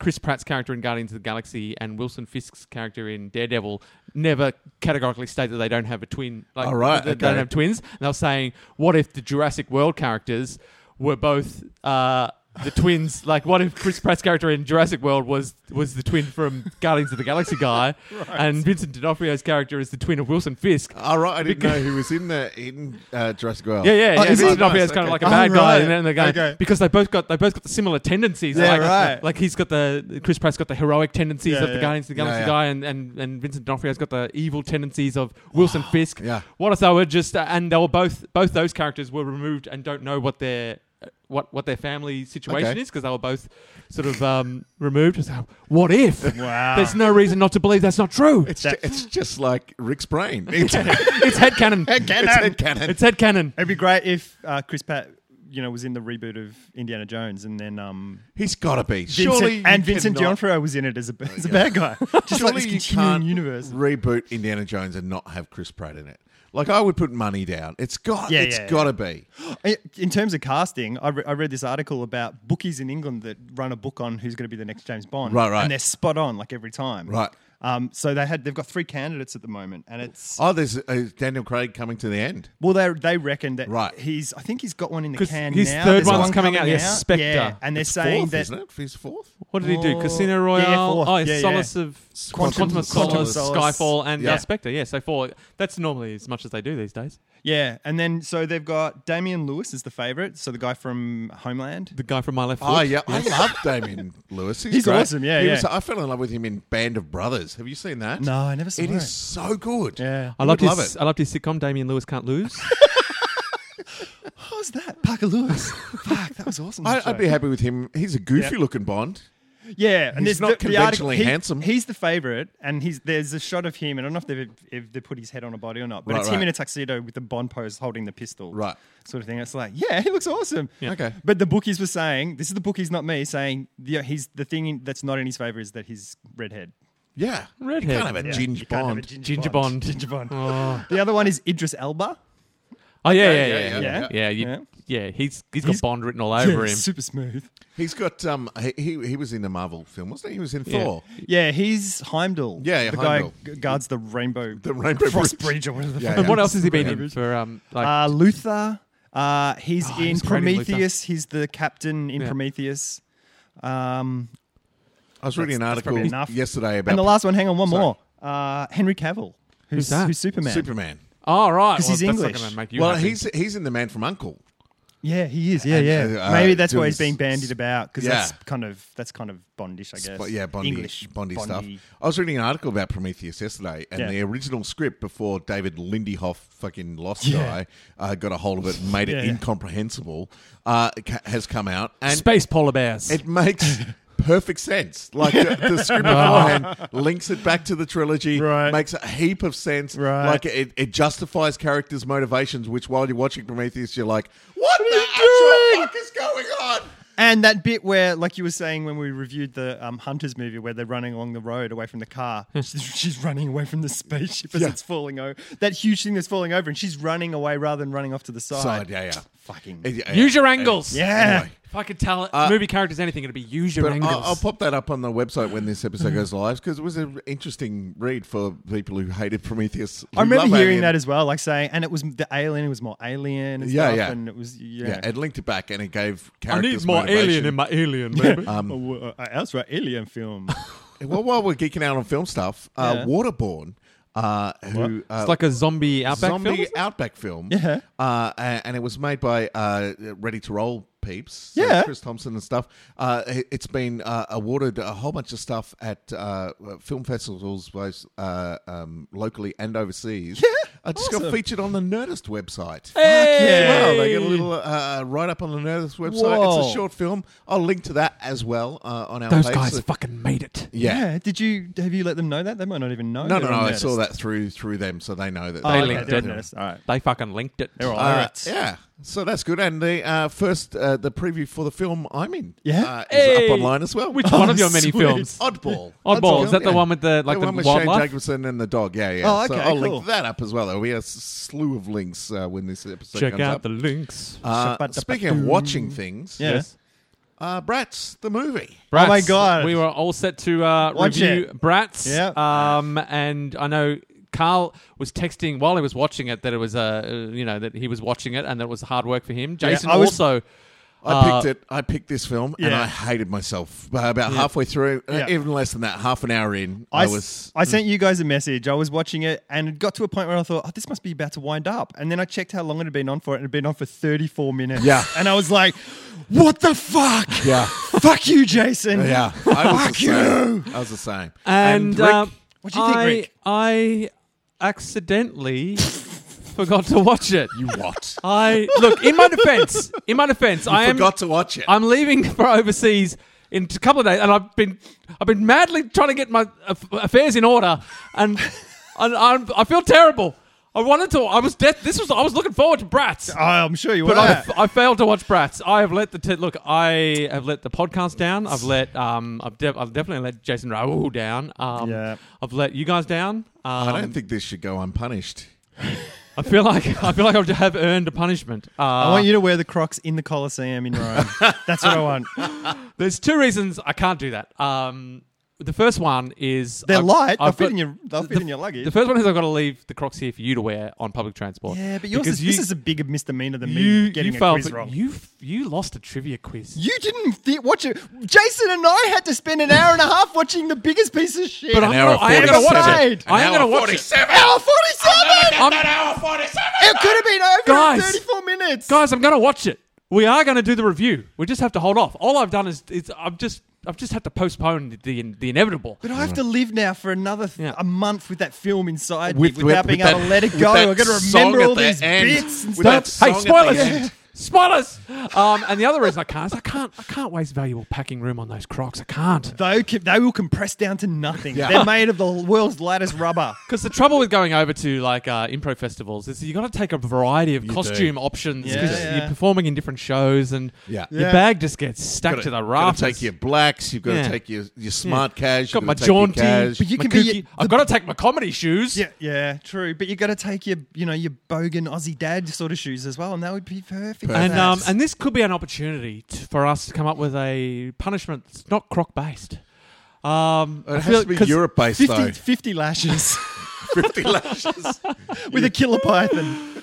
C: Chris Pratt's character in Guardians of the Galaxy and Wilson Fisk's character in Daredevil never categorically state that they don't have a twin. Like,
A: Oh, right,
C: that
A: okay.
C: they don't have twins. And they were saying, what if the Jurassic World characters were both uh, the twins? Like, what if Chris Pratt's character in Jurassic World was was the twin from Guardians of the Galaxy guy, and Vincent D'Onofrio's character is the twin of Wilson Fisk?
A: All right. I didn't know he was in the in uh, Jurassic World.
C: Yeah, yeah,
D: Oh,
C: yeah.
D: is
C: Vincent
D: it?
C: D'Onofrio is
A: Nice,
C: kind
A: okay.
C: of like a
D: Oh,
C: bad guy,
D: right.
C: and then the guy
D: Okay.
C: because they both got they both got the similar tendencies.
D: Yeah,
C: like,
D: right.
C: Like he's got the Chris Pratt's got the heroic tendencies
D: Yeah,
C: of the
D: yeah.
C: Guardians of the
A: Yeah,
C: Galaxy
A: yeah.
C: guy, and, and and Vincent D'Onofrio's got the evil tendencies of Wilson Fisk.
A: Yeah.
C: What if they were just uh, and they were both both those characters were removed and don't know what their uh, what what their family situation
A: Okay.
C: is because they were both sort of um, removed. So what if?
D: Wow.
C: There's no reason not to believe that's not true.
A: It's, ju- it's just like Rick's brain. It's,
C: It's headcanon.
A: it's headcanon.
C: It's headcanon.
D: It'd be great if uh, Chris Pat, you know, was in the reboot of Indiana Jones, and then um,
A: He's got to be.
D: Vincent,
A: surely
D: and
A: you
D: Vincent
A: cannot- Oh,
D: D'Onofrio was in it as a, as a bad guy, just like
A: Surely
D: this
A: you
D: continuing
A: can't
D: universe.
A: reboot Indiana Jones and not have Chris Pratt in it. Like I would put money down. It's got.
D: Yeah,
A: it's
D: yeah, yeah.
A: got to be.
D: In terms of casting, I, re- I read this article about bookies in England that run a book on who's going to be the next James Bond.
A: Right, right.
D: And they're spot on, like every time.
A: Right.
D: Um, so they had they've got three candidates at the moment, and it's
A: Oh, there's uh, Daniel Craig coming to the end.
D: well they they reckon that
A: Right.
D: he's I think he's got one in the
C: 'Cause
D: can
C: his
D: now.
C: third
D: There's
C: one's
D: one
C: coming out, yes, Spectre.
D: Yeah, and they're
A: It's
D: saying
A: fourth,
D: that
A: isn't it? He's fourth.
C: What did he do?
D: Oh,
C: Casino
D: yeah,
C: Royale,
D: fourth.
C: oh,
D: Yeah, yeah.
C: yeah, Solace of
A: Quantum-
C: Quantum,
A: Quantum
C: of Solace,
D: Solace.
C: Skyfall, and
A: Yeah.
C: uh, Spectre. Yeah, so four. That's normally as much as they do these days.
D: Yeah, and then so they've got Damian Lewis is the favorite, so the guy from Homeland.
C: The guy from My Left Foot.
A: Oh yeah, I love Damien Lewis. He's,
D: He's
A: great.
D: awesome, yeah,
A: he
D: yeah.
A: Was, I fell in love with him in Band of Brothers. Have you seen that?
D: No, I never saw
A: It
D: it.
A: is so good.
D: Yeah.
C: I loved
A: would love
C: his.
A: it.
C: I loved his sitcom. Damien Lewis can't lose.
D: I was was that? Parker Lewis. Fuck, that was awesome.
A: I,
D: that
A: I'd be
D: show.
A: happy with him. He's a goofy looking Bond.
D: Yeah, and
A: He's
D: there's
A: not
D: the- the
A: conventionally
D: article- he-
A: handsome.
D: He's the favorite, and he's there's a shot of him, and I don't know if they've if they put his head on a body or not, but
A: Right,
D: it's
A: right.
D: him in a tuxedo with the Bond pose, holding the pistol,
A: Right.
D: Sort of thing. It's like, yeah, he looks awesome.
A: Okay.
D: But the bookies were saying, this is the bookies, not me, saying yeah, he's the thing in- that's not in his favor is that he's redhead.
A: Yeah.
C: Redhead.
A: You can't have a
D: Yeah,
A: ginge
D: you can't have a
A: Bond.
D: ginger,
C: Ginger Bond.
D: Bond. Ginger Bond.
C: Oh,
D: The other one is Idris Elba.
C: Oh, yeah, yeah, yeah,
A: yeah,
C: yeah,
A: yeah.
C: yeah. you-
D: Yeah.
C: yeah, He's he's got
D: He's-
C: Bond written all over
D: Yeah,
C: him.
D: Super smooth.
A: He's got um he, he he was in the Marvel film, wasn't he? He was in
C: Yeah.
A: Thor.
D: Yeah, he's Heimdall.
A: Yeah, yeah,
D: the
A: Heimdall.
D: guy g- guards the rainbow,
A: The Rainbow
D: cross
A: Bridge.
D: bridge or whatever. The
A: Yeah,
D: fuck
A: yeah.
C: And what else has he been
A: Yeah.
C: in for? Um, like
D: Uh, Luther. Uh, he's
C: Oh, he
D: in
C: was great in Luther.
D: Prometheus. he's the captain in
C: Yeah.
D: Prometheus. Um,
A: I was reading an
D: That's- that's
A: article
D: probably enough.
A: yesterday about
D: and the last one, hang on, one
A: Sorry.
D: more. Uh, Henry Cavill, who's,
C: Who's that?
D: who's Superman.
A: Superman.
C: oh right,
D: 'Cause
C: well,
D: he's
C: that's
D: English.
C: Not gonna make you
A: well,
C: happy.
A: he's he's in the Man from Uncle.
D: Yeah, he is. Yeah,
A: And,
D: yeah.
A: uh,
D: Maybe that's
A: doing
D: why he's being
A: s-
D: bandied about because
A: Yeah.
D: that's kind of that's kind of Bondish, I guess.
A: But yeah, Bondy,
D: English
A: Bondy, stuff. I was reading an article about Prometheus yesterday, and
D: Yeah.
A: the original script before David Lindy Hoff, fucking lost
D: Yeah.
A: guy, uh, got a hold of it, and made it
D: Yeah, yeah.
A: incomprehensible, uh, ca- has come out, and
C: space polar bears.
A: it makes perfect sense. Like the, the script beforehand links it back to the trilogy,
D: Right.
A: makes a heap of sense.
D: Right.
A: Like it, it justifies characters' motivations, which while you're watching Prometheus, you're like, what, the
D: you
A: actual
D: doing?
A: fuck is going on?
D: And that bit where, like you were saying when we reviewed the um, Hunters movie, where they're running along the road away from the car, she's, she's running away from the spaceship as
A: Yeah.
D: it's falling over. That huge thing that's falling over, and she's running away rather than running off to the side.
A: Side, yeah, yeah.
D: Fucking.
A: It- yeah,
C: Use your
A: it-
C: angles.
D: Yeah.
A: Anyway.
C: If I could tell movie characters anything, it'd be use your
A: But uh,
C: angles.
A: I'll, I'll pop that up on the website when this
D: Mm-hmm.
A: episode goes live because it was an interesting read for people who hated Prometheus.
D: I remember hearing that as well, like saying, and it was the alien, it was more alien and
A: Yeah,
D: stuff,
A: yeah.
D: and it was, yeah.
A: well. Yeah, it linked it back and it gave
C: I
A: characters
C: need more
A: motivation.
C: alien in my alien. Baby.
A: um,
D: Oh, uh, uh, that's right, alien film.
A: Well, while we're geeking out on film stuff, uh,
D: Yeah.
A: Waterborne, uh, who uh,
C: it's like a zombie outback
A: zombie
C: film.
A: outback film,
D: Yeah.
A: uh, a- and it was made by uh, Ready to Roll peeps, uh,
D: Yeah.
A: Chris Thompson and stuff. Uh, it- it's been uh, awarded a whole bunch of stuff at uh, film festivals, both uh, um, locally and overseas. Yeah, I just got
D: awesome.
A: featured on the Nerdist website.
D: yeah.
A: Wow, they got a little uh, write up on the Nerdist website. It's
D: Whoa.
A: a short film. I'll link to that as well uh, on our
C: Those
A: page.
C: guys
A: So-
C: fucking made it.
A: yeah.
D: Did you, have you let them know that? They might not even know.
A: No, no,
D: they're
A: no.
D: on
A: I saw
D: Nerdist.
A: that through through them, so they know that
D: Oh, okay,
C: linked
D: they're
C: it.
D: on Nerdist, All right.
C: They fucking linked it.
D: They're all
A: Uh,
D: right.
A: yeah, so that's good. And the uh, first, uh, the preview for the film I'm in,
D: Yeah?
A: uh, is
C: Hey!
A: up online as well.
C: Which
A: one?
C: one of your many
D: sweet.
C: films?
A: Oddball.
C: Oddball, is that the one with the, like,
A: the,
C: the
A: one with Shane
C: wildlife?
A: Jacobson and the dog? Yeah, yeah.
D: Oh,
A: So
D: okay,
A: I'll
D: cool.
A: link that up as well. There'll be a s- slew of links uh, when this episode
C: Check
A: comes
C: out
A: up.
C: the links.
A: uh, speaking of watching things,
D: Yeah.
C: Yes.
A: uh, Bratz the movie.
D: Oh my
C: Bratz.
D: God.
C: We were all set to uh,
D: Watch
C: review
D: it.
C: Bratz.
D: Yep.
C: Um, and I know Carl was texting while he was watching it that it was uh, you know that he was watching it and that it was hard work for him. Jason
D: I was-
C: also.
A: I
C: uh,
A: picked it. I picked this film, and
D: Yeah.
A: I hated myself. But about halfway through, uh,
D: Yeah.
A: even less than that, half an hour in, I,
D: I, s-
C: mm.
A: was.
D: I sent you guys a message. I was watching it and it got to a point where I thought, oh, this must be about to wind up. And then I checked how long it had been on for and it had been on for 34 minutes.
A: Yeah.
D: And I was like, what the fuck?
A: Yeah.
D: fuck you, Jason.
A: Yeah, I was the
D: Fuck you.
A: same. I was the same.
C: And,
A: Rick,
C: um,
D: What'd you think,
C: I,
D: Rick?
C: I accidentally forgot to watch it.
A: you what?
C: I look in my defense. In my defense, I am
A: forgot to watch it.
C: I'm leaving for overseas in a couple of days, and I've been I've been madly trying to get my aff- affairs in order, and and I'm, I feel terrible. I wanted to. I was death. This was. I was looking forward to Bratz.
D: I- I'm sure you were.
C: But I, I failed to watch Bratz. I have let the t- look. I have let the podcast down. I've let um. I've, de- I've definitely let Jason Raoul down. Um,
D: Yeah.
C: I've let you guys down. Um,
A: I don't think this should go unpunished.
C: I feel like I feel like I have earned a punishment. Uh,
D: I want you to wear the Crocs in the Colosseum in Rome. That's what I want.
C: There's two reasons I can't do that. Um, the first one is
D: They're
C: I've-
D: light. They'll
C: I've
D: fit
C: got-
D: in your. They'll fit
C: the-
D: in your luggage.
C: The first one is I've got to leave the Crocs here for you to wear on public transport.
D: yeah, but yours
C: Because
D: is, this is a bigger misdemeanor than me
C: you,
D: getting
C: you
D: a
C: failed
D: quiz
C: to-
D: wrong.
C: You you lost a trivia quiz.
D: You didn't th- watch it. Jason and I had to spend an hour and a half watching the biggest piece of shit.
C: but
A: An
C: I'm
A: hour
C: not, I am going to
D: 47.
C: watch it.
D: An
C: I am
A: hour
C: going to watch it.
A: 47.
D: hour forty-seven.
C: I'm-
D: It could have been over
C: Guys.
D: in 34 minutes.
C: guys, I'm going to watch it. We are going to do the review. We just have to hold off. All I've done is, is I've just I've just had to postpone the the, the inevitable.
D: But I have to live now for another th-
C: Yeah.
D: a month with that film inside me
A: With-
D: without
A: with-
D: being
A: with
D: able
A: that-
D: to let it
A: with
D: go.
A: that
D: I've got to
A: song
D: remember
A: at
D: all
A: the
D: these
A: end.
D: bits and
A: With that
D: stuff.
C: Hey,
A: song at the
C: spoilers!
A: end.
C: Spoilers. Um, and the other reason I can't is I can't I can't waste valuable packing room on those Crocs. I can't.
D: They, c- they will compress down to nothing.
A: Yeah.
D: They're made of the world's lightest rubber.
C: Because the trouble with going over to like uh, improv festivals is you got to take a variety of
A: do.
C: costume options
D: Yeah,
C: because
D: yeah.
C: you're performing in different shows and
A: Yeah.
C: your
D: Yeah.
C: bag just gets stacked
A: Gotta-
C: to the
A: gotta
C: rafters.
A: take your blacks. You've got to
C: Yeah.
A: take your, your smart cash.
C: got my
A: take your
C: jaunty,
A: cash.
D: But you
C: my
D: can be-
C: kooky- I've got to take my comedy shoes.
D: Yeah, yeah, true. But you got to take your, you know, your bogan Aussie dad sort of shoes as well, and that would be perfect. for
C: And
D: that.
C: um, and this could be an opportunity t for us to come up with a punishment that's not croc based. Um, I
A: it
C: feel-
A: has to be
C: 'cause-
A: Europe based
D: 50,
A: though.
D: 50 lashes
A: Fifty lashes.
D: with a killer python.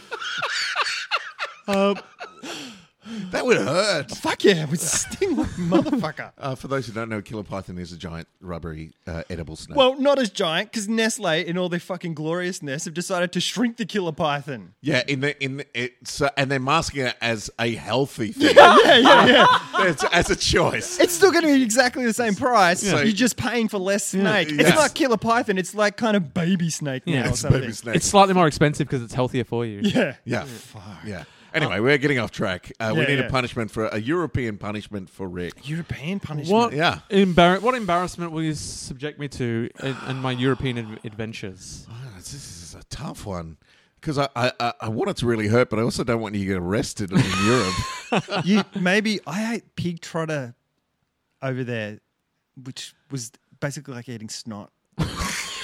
A: That would hurt.
D: Fuck yeah, it would sting like a motherfucker.
A: Uh, for those who don't know, killer python is a giant rubbery uh, edible snake.
D: Well, not as giant, because Nestle, in all their fucking gloriousness, have decided to shrink the killer python.
A: yeah, in the in the, it's uh, and they're masking it as a healthy thing.
D: Yeah, yeah, yeah.
A: it's, as a choice.
D: It's still going to be exactly the same price.
A: Yeah.
D: You're just paying for less snake.
A: Yeah.
D: It's
A: Yes.
D: not killer python. It's like kind of baby snake now
C: Yeah.
D: or
A: It's a
D: something.
A: baby snake.
C: It's slightly more expensive because it's healthier for you.
D: Yeah.
A: yeah, fuck. Yeah. Anyway, we're getting off track. Uh, we
D: Yeah,
A: need a
D: yeah.
A: punishment for a European punishment for Rick.
D: European punishment.
C: What,
A: Yeah.
C: embar- what embarrassment will you subject me to in, in my European ad- adventures?
A: Oh, this is a tough one because I, I I- I want it to really hurt, but I also don't want you to get arrested in Europe.
D: you maybe I ate pig trotter over there, which was basically like eating snot.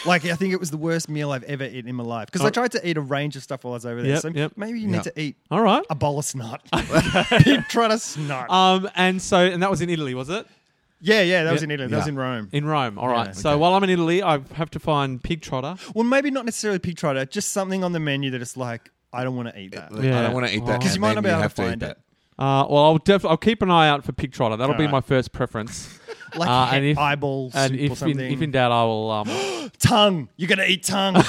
D: like I think it was the worst meal I've ever eaten in my life because I tried to eat a range of stuff while I was over there.
C: Yep,
D: so
C: yep.
D: maybe you
A: Oh. Yeah.
D: need to eat
C: All right.
D: a bowl of snot, pig trotter snot.
C: Um, and so, and that was in Italy, was it?
D: yeah, yeah, that was
C: yeah.
D: in Italy. That was
A: Yeah.
D: in Rome.
C: In Rome. All right.
D: Yeah.
C: So while I'm in Italy, I have to find pig trotter.
D: well, maybe not necessarily pig trotter, just something on the menu that it's like I don't want to eat that.
A: I
C: Yeah.
A: don't want to eat that.
D: Oh. 'Cause you might
A: and
D: not
A: then
D: be able to
A: have
D: find
A: eat
D: it.
A: that.
C: Uh, well, I'll def- I'll keep an eye out for pig trotter. That'll be
D: All
C: my
D: right.
C: first preference.
D: Like
C: Uh,
D: head-
C: and if-
D: eyeball
C: and
D: soup or
C: if in,
D: something.
C: if in doubt, I will. Um,
D: tongue. You're gonna eat tongue.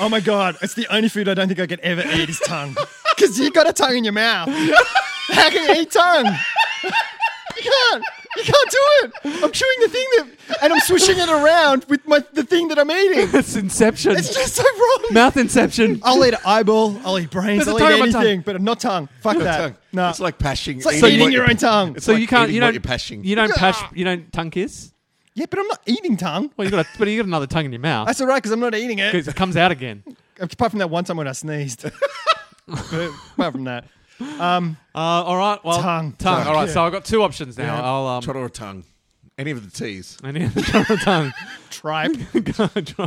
D: oh my god, it's the only food I don't think I could ever eat is tongue. Because you got a tongue in your mouth. How can you eat tongue? You can't. You can't do it. I'm chewing the thing that, and I'm swishing it around with my the thing that I'm eating.
C: it's inception.
D: It's just so wrong.
C: Mouth inception.
D: I'll eat eyeball. I'll eat brains.
C: There's a
D: I'll
C: tongue on
D: eat
C: my tongue.
D: anything, but not tongue. Fuck that.
A: Tongue.
D: No,
A: It's like pashing.
D: It's like
A: eating
D: eating
A: what
D: your
A: you-
D: own tongue.
A: It's
C: So
A: like
C: you can't.
A: eating
C: You
A: what
C: don't.
A: You're pashing.
C: You don't
D: Yeah.
C: pash. You don't tongue kiss.
D: yeah, but I'm not eating tongue.
C: Well, you got. A, but you got another tongue in your mouth
D: That's all right because I'm not eating it.
C: because it comes out again.
D: Apart from that one time when I sneezed. but apart from that, um,
C: Uh, all right. Well,
D: Tongue.
C: Tongue.
D: Tongue,
C: All right.
D: yeah.
C: So I've got two options now.
D: Yeah.
C: I'll um.
A: Trotter or tongue. Any of the T's.
C: I need to tongue.
D: tripe.
C: Guys,
D: Actually,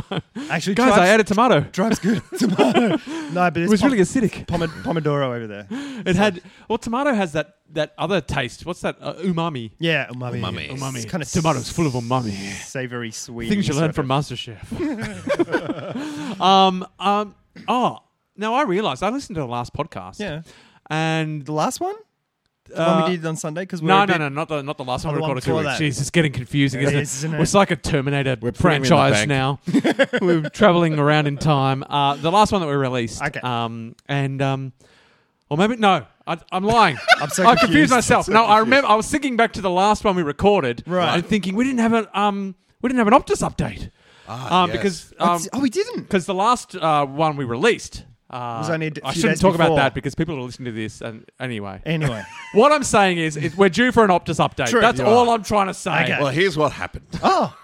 C: I
D: tripes-
C: ate a tomato.
D: Drive's good. tomato. No, but
C: It
D: it's
C: was
D: pom-
C: really acidic.
D: pomo- Pomodoro over there.
C: It had well, tomato has that that other taste. What's that? Uh, umami.
D: Yeah, umami.
A: Umami.
C: Umami.
D: It's kind of
C: tomatoes full of umami.
D: savory, sweet.
C: Things you learn from MasterChef. um, um, oh, now I realised I listened to the last podcast.
D: Yeah.
C: And
D: The last one? The
C: Uh,
D: one we did on Sunday? Because
C: no, no, no, not the not the last one
D: Oh,
C: we
D: the one
C: recorded two
D: before
C: weeks.
D: that.
C: Jeez, it's getting confusing,
D: It
C: isn't it?
D: is, isn't it?
C: It's like a Terminator
A: putting him in the
C: franchise
A: bank.
C: now. We're traveling around in time. Uh, the last one that we released.
D: Okay.
C: Um, and um, or maybe no, I, I'm lying.
D: I'm so
C: I
D: confused.
C: confused myself. no, I remember. I was thinking back to the last one we recorded,
D: Right.
C: And thinking we didn't have a um, we didn't have an Optus update.
A: Ah,
C: um,
A: yes.
C: because um,
D: What's- oh, we didn't.
C: because the last uh, one we released. Uh,
D: was only a d-
C: I
D: few
C: shouldn't
D: days
C: talk about
D: before.
C: that because people are listening to this. And anyway,
D: Anyway.
C: what I'm saying is, is we're due for an Optus update.
D: True.
C: That's
D: You
C: all I'm trying to say.
D: Okay.
A: Well, here's what happened.
D: Oh,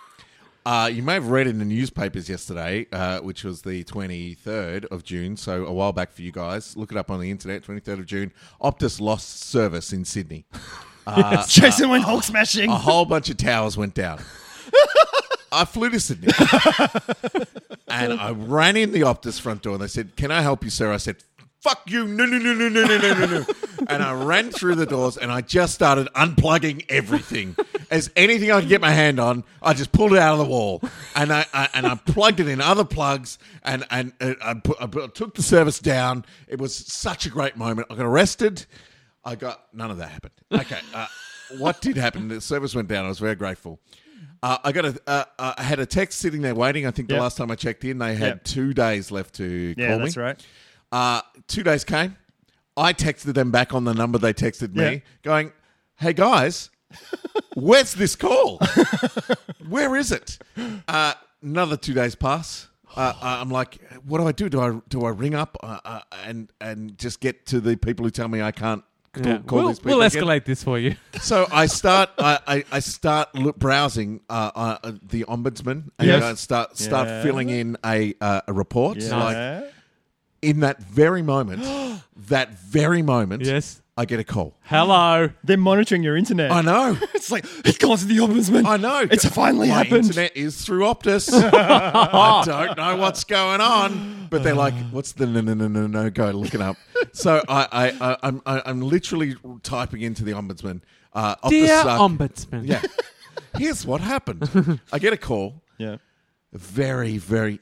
A: Uh, you may have read in the newspapers yesterday, uh, which was the 23rd of June, so a while back for you guys. Look it up on the internet, 23rd of June. Optus lost service in Sydney.
C: Uh,
D: Jason went Hulk smashing.
A: A whole bunch of towers went down. I flew to Sydney and I ran in the Optus front door and they said, Can I help you, sir? I said, Fuck you. No, no, no, no, no, no, no, no, no. And I ran through the doors and I just started unplugging everything. As anything I could get my hand on, I just pulled it out of the wall and I, I and I plugged it in other plugs and and uh, I, put, I put- took the service down. It was such a great moment. I got arrested. I got none of that happened. Okay, uh, what did happen? The service went down. I was very grateful. Uh, I got a, uh, uh, I had a text sitting there waiting. I think the
D: Yep.
A: last time I checked in, they had
D: Yep.
A: two days left to
D: yeah,
A: call me.
D: that's right.
A: Uh, two days came. I texted them back on the number they texted me,
D: Yeah.
A: going, "Hey guys, where's this call? Where is it?" Uh, another two days pass. Uh, I'm like, "What do I do? Do I do I ring up uh, uh, and and just get to the people who tell me I can't Call,
C: Yeah.
A: call
C: we'll
A: these people
C: we'll
A: again.
C: escalate this for you.
A: So I start, I, I, I start look, browsing uh, uh, the ombudsman, and
D: Yes.
A: I start start
D: Yeah.
A: filling in a uh, a report. Like
D: Yeah.
A: in that very moment, that very moment,
C: Yes.
A: I get a call.
C: Hello.
D: They're monitoring your internet.
A: I know,
D: It's like it calls the ombudsman.
A: I know.
D: It's finally
A: My
D: happened.
A: Internet is through Optus.
C: Ah.
A: I don't know what's going on, but they're like, "What's the no no no no no go looking up?" So I, I, I I'm I, I'm literally typing into the ombudsman. Uh, Optus
C: Dear
A: suck.
C: Ombudsman.
A: Yeah. Here's what happened. I get a call.
D: Yeah.
A: A very, very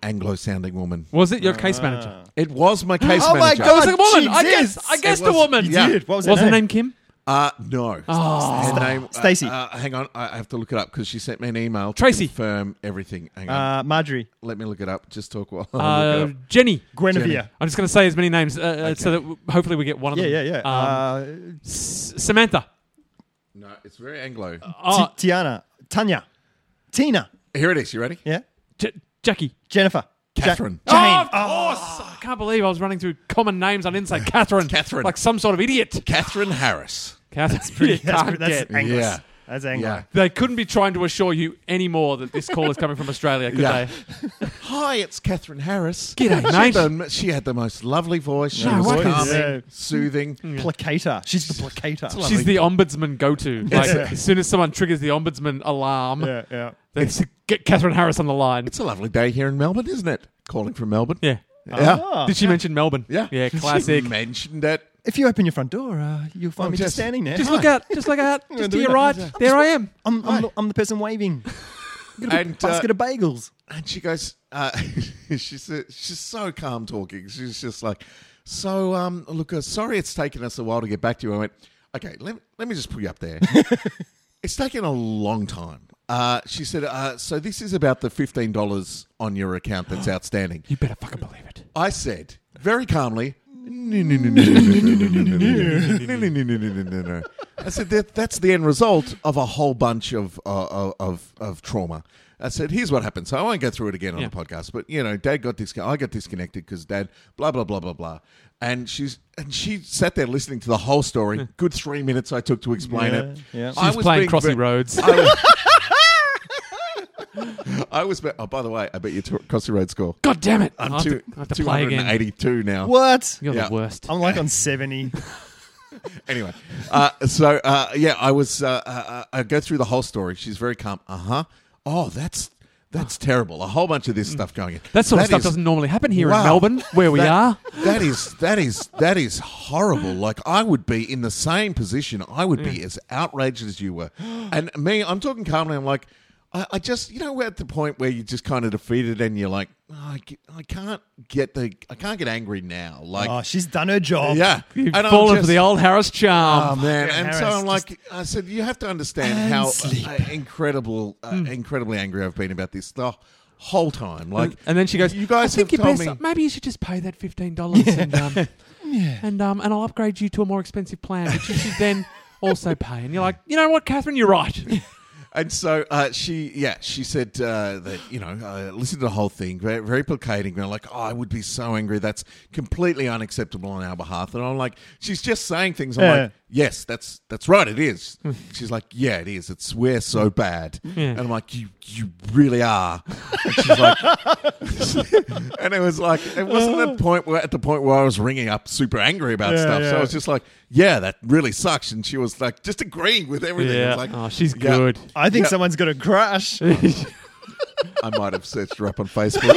A: Anglo sounding woman.
C: Was
D: Ah.
C: it your case manager?
A: It was my case
D: Oh my
A: manager.
D: God.
C: It was a woman. I
D: Jesus.
C: guess. I guessed
A: was-
C: a woman.
A: You Yeah.
D: Dude, what was,
C: Was her
D: her
C: name Kim?
A: Uh, no.
D: Oh.
A: Her name uh,
D: Stacey.
A: Uh, hang on, I I have to look it up because she sent me an email. to
C: Tracy.
A: confirm everything. Hang on,
D: Uh, Marjorie.
A: let me look it up. Just talk while I look
C: Uh,
A: it up.
C: Jenny.
D: Genevieve.
A: Jenny.
C: I'm just going to say as many names uh, uh so that w- hopefully we get one of
D: Yeah,
C: them.
D: yeah, yeah.
C: Um,
D: Uh,
C: S- Samantha.
A: No, it's very Anglo.
C: Oh,
D: Uh, Ti- Tiana. Tanya. Tina.
A: Here it is. You ready?
D: Yeah.
C: J- Jackie.
D: Jennifer. Ja-
A: Catherine.
C: Oh,
D: Jane. Ah.
C: of course. I can't believe I was running through common names. I didn't say Catherine.
A: Catherine.
C: Like some sort of idiot.
A: Catherine Harris.
C: Catherine. you
D: That's,
C: can't
D: that's
C: get.
D: Anglo.
A: Yeah.
D: That's Anglo.
A: Yeah.
C: They couldn't be trying to assure you any more that this call is coming from Australia, could
A: Yeah.
C: they?
A: Hi, it's Catherine Harris.
C: G'day,
A: she
C: mate.
A: the- she had the most lovely voice. She
D: Yeah,
A: was
D: voice.
A: calming,
D: Yeah.
A: soothing.
D: Placator. She's the placator.
C: She's the ombudsman go-to. Like
D: Yeah.
C: as soon as someone triggers the ombudsman alarm,
D: yeah, yeah.
C: they just get Catherine Harris on the line.
A: It's a lovely day here in Melbourne, isn't it? Calling from Melbourne.
C: Yeah.
A: Oh. Yeah.
D: Ah.
C: Did she mention Melbourne?
A: Yeah.
C: Yeah. Classic.
A: She mentioned it.
D: If you open your front door, uh, you'll find
A: Oh,
D: me
A: just-
D: just standing there.
C: Just
D: Hi.
C: look out. Just look out. Just
D: the
C: to your
D: window.
C: right. There I am.
D: I'm, I'm, the, I'm the person waving.
A: And, uh,
D: Basket of bagels.
A: and she goes, uh, she's, uh, she's so calm talking. She's just like, so, um, look, uh, sorry it's taken us a while to get back to you. I went, okay, let, let me just pull you up there. it's taken a long time. Uh, she said, uh, so this is about the $15 on your account that's outstanding.
C: You better fucking believe it.
A: I said very calmly, "No, no, no, no, no, no, no, no, no, no, no, no, no, no, no, no, no, no." I said that that's the end result of a whole bunch of uh, of- of of trauma. I said, here's what happened. So I won't go through it again on
C: Yeah.
A: the podcast, but you know, Dad got discon- I got disconnected because Dad, blah blah blah blah blah. And she's and she sat there listening to the whole story. Good three minutes I took to explain
D: Yeah,
A: it.
D: yeah.
A: I
C: Hmm. She's playing
A: being
C: Crossy
A: ve-
C: Roads.
A: I was, I was be- oh, by the way, I bet you t- Crossy Road score.
C: God damn it.
A: I'm
C: I have
A: two,
C: to, I have to play again.
A: 282 now.
D: What?
C: You're
A: Yeah.
C: the worst.
D: I'm like on 70.
A: Anyway, uh, so uh, yeah, I was. Uh, uh, I go through the whole story. She's very calm. Uh huh. Oh, that's that's terrible. A whole bunch of this stuff going in.
C: Ah. Mm. That sort of stuff
A: is-
C: doesn't normally happen here
A: Wow.
C: in Melbourne, where we
A: That-
C: are.
A: That is that is that is horrible. Like I would be in the same position. I would
C: Mm.
A: be as outraged as you were. And me, I'm talking calmly. I'm like, I, I just, you know, we're at the point where you just kind of defeated, and you're like, "Oh, I, ca- I can't get the, I can't get angry now. Like,
D: Oh, she's done her job.
A: yeah,
C: You've
A: And I'm
C: fallen for
A: just-
C: the old Harris
A: Oh
C: charm.
A: man!
D: yeah,
A: And so
D: Harris,
A: I'm like, I said, you have to understand how uh, incredible, uh, incredibly angry I've been about this the whole time. Like,
C: Hmm. and then she goes,
A: "You guys
C: I think
A: have
C: you
A: told
C: best,
A: me."
C: Maybe you should just pay that fifteen dollars, and um, and um, and I'll upgrade you to a more expensive plan, which you should then also pay. And you're like, you know what, Catherine, you're right.
A: And so uh, she, yeah, she said uh, that you know, uh, listen to the whole thing, very, very placating. We're like, oh, I would be so angry. That's completely unacceptable on our behalf. And I'm like, she's just saying things. I'm
D: Yeah.
A: like, yes, that's that's right. It is. She's like, yeah, it is. It's we're so bad. And I'm like, you you really are. And she's like, and it was like, it wasn't at the point where at the point where I was ringing up super angry about
D: Yeah,
A: stuff. So I
D: yeah.
A: was just like, yeah, that really sucks. And she was like, just agreeing with everything. It was like,
C: oh, she's
A: yeah.
C: good.
D: I think someone's got a crush.
A: I might have searched her up on Facebook.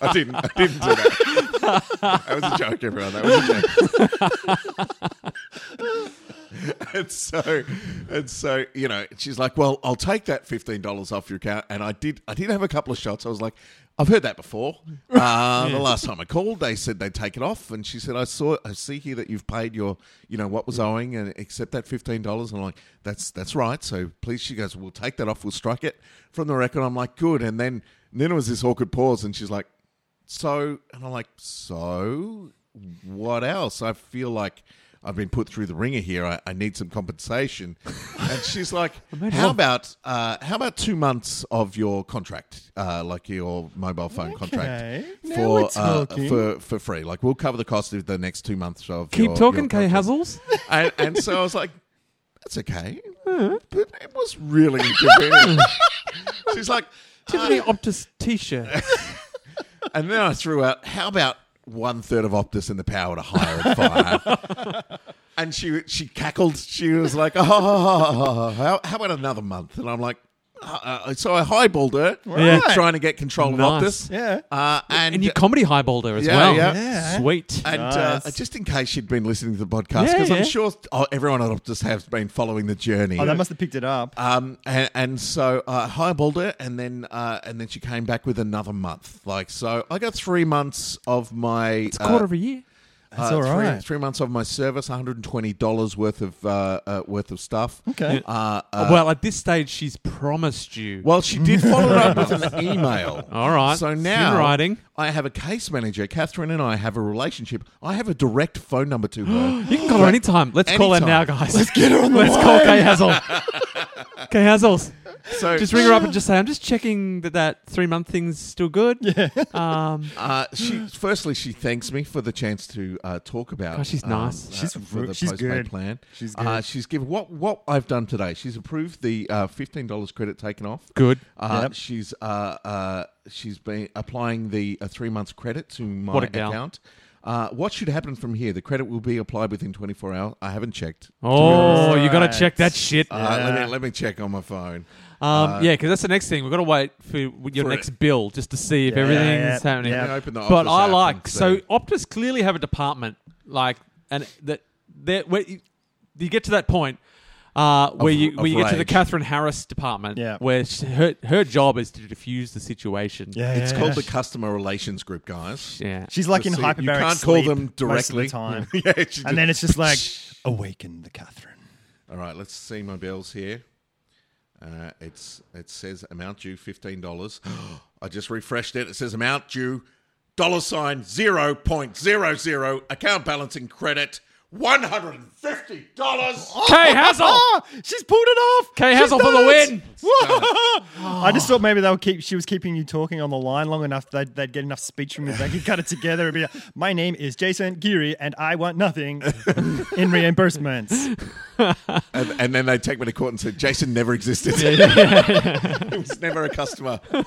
A: I didn't. I didn't do that. That was a joke, everyone. That was a joke. and so, and so, you know, she's like, "Well, I'll take that fifteen dollars off your account." And I did. I did have a couple of shots. I was like, "I've heard that before." Uh, The last time I called, they said they'd take it off, and she said, "I saw. I see here that you've paid your, you know, what was owing, and except that fifteen dollars." And I'm like, "That's that's right." So please, she goes, "We'll take that off. We'll strike it from the record." I'm like, "Good." And then, and then it was this awkward pause, and she's like so and i'm like so what else i feel like I've been put through the ringer here. I, I need some compensation. and she's like, how about uh, how about two months of your contract, uh, like your mobile phone contract,
D: Okay. Now we're
A: for uh,
D: talking.
A: for for free? Like we'll cover the cost of the next two months of.
C: Keep
A: your-
C: talking,
A: your
C: Kay
A: contract."
C: Hazels.
A: and, and so I was like, that's okay. But it was really inconvenient. She's like,
C: Tiffany
A: "Uh,"
C: Optus T-shirt.
A: and then I threw out, how about one third of Optus and the power to hire and fire? and she she cackled. She was like, oh, how, how about another month? And I'm like, uh, uh, so I highballed her,
D: Yeah.
A: trying to get control of
C: Nice.
A: Optus.
D: Yeah.
A: Uh, and
C: And you comedy highballed her as
A: Yeah,
C: well.
A: yeah.
D: Yeah.
C: Sweet.
A: And uh,
D: Nice.
A: just in case she'd been listening to the podcast,
C: Yeah,
A: because
C: yeah.
A: I'm sure oh, everyone at Optus has been following the journey.
D: Oh, they must have picked it up.
A: Um, and, and so I highballed her, and then uh, and then she came back with another month. Like so, I got three months of my
C: it's a quarter of a year.
D: That's
A: uh,
D: all
A: three-
D: right.
A: Three, months of my service, one hundred and twenty dollars worth of uh, uh, worth of stuff.
D: Okay.
A: Uh, uh,
C: well, at this stage, she's promised you.
A: well, she did follow it up with an email.
C: All right.
A: So
C: It's in
A: now
C: writing.
A: I have a case manager. Catherine and I have a relationship. I have a direct phone number to her.
C: you can call her anytime. Let's call her now,
A: Anytime.
C: guys. Let's get her on the Let's call Kay Hazel. Kay Hazels.
A: So
C: Just ring her up and just say, I'm just checking that that three month thing's still good. Yeah. Um,
A: Uh, she firstly she thanks me for the chance to uh, talk about.
C: Oh, she's
A: um,
C: nice.
D: She's
A: for the
D: ru- she's
A: post-made
D: good.
A: Plan.
D: She's
A: Uh,
D: good.
A: she's given what what I've done today. She's approved the uh, fifteen dollars credit taken off.
C: good.
A: Uh,
D: Yep.
A: She's uh, uh, she's been applying the uh, three months credit to my
C: What a gal.
A: account. Uh, what should happen from here? The credit will be applied within 24 hours. I haven't checked.
C: Oh, you got
D: Right.
C: to check that shit.
A: Uh, let, me, let me check on my phone.
C: Um, yeah, because that's the next thing. We've got to wait for your
A: For
C: next
A: it.
C: bill just to see if
D: Yeah,
C: everything's
D: yeah, yeah.
C: happening.
D: Yeah.
A: Let me open the
C: But
A: Optus
C: I
A: app
C: like
A: and
C: so
A: see.
C: Optus clearly have a department like and that that where you, you get to that point uh, where
A: Of-
C: you
A: of
C: where you get to the
A: rage.
C: Catherine Harris department
D: Yeah.
C: where she, her her job is to diffuse the situation.
A: It's called the customer relations group, guys.
C: Yeah.
D: She's like in
A: So
D: hyperbaric
A: you can't call
D: sleep
A: them
D: most of
A: directly.
D: the time.
A: yeah, she
D: and then it's just like awaken the Catherine.
A: All right, let's see my bills here. Uh, it's it says amount due fifteen dollars. I just refreshed it. It says amount due dollar sign zero point zero zero account balance in credit one hundred and fifty dollars.
C: Kay Hazel.
D: Ah, she's pulled it off.
C: Kay
D: She's
C: Hazel for the
D: done it.
C: win.
D: I just thought maybe they would keep. She was keeping you talking on the line long enough. They'd, they'd get enough speech from you. They could cut it together and be like, "My name is Jason Geary, and I want nothing in reimbursements."
A: And, and then they take me to court and say Jason never existed. he was never a customer.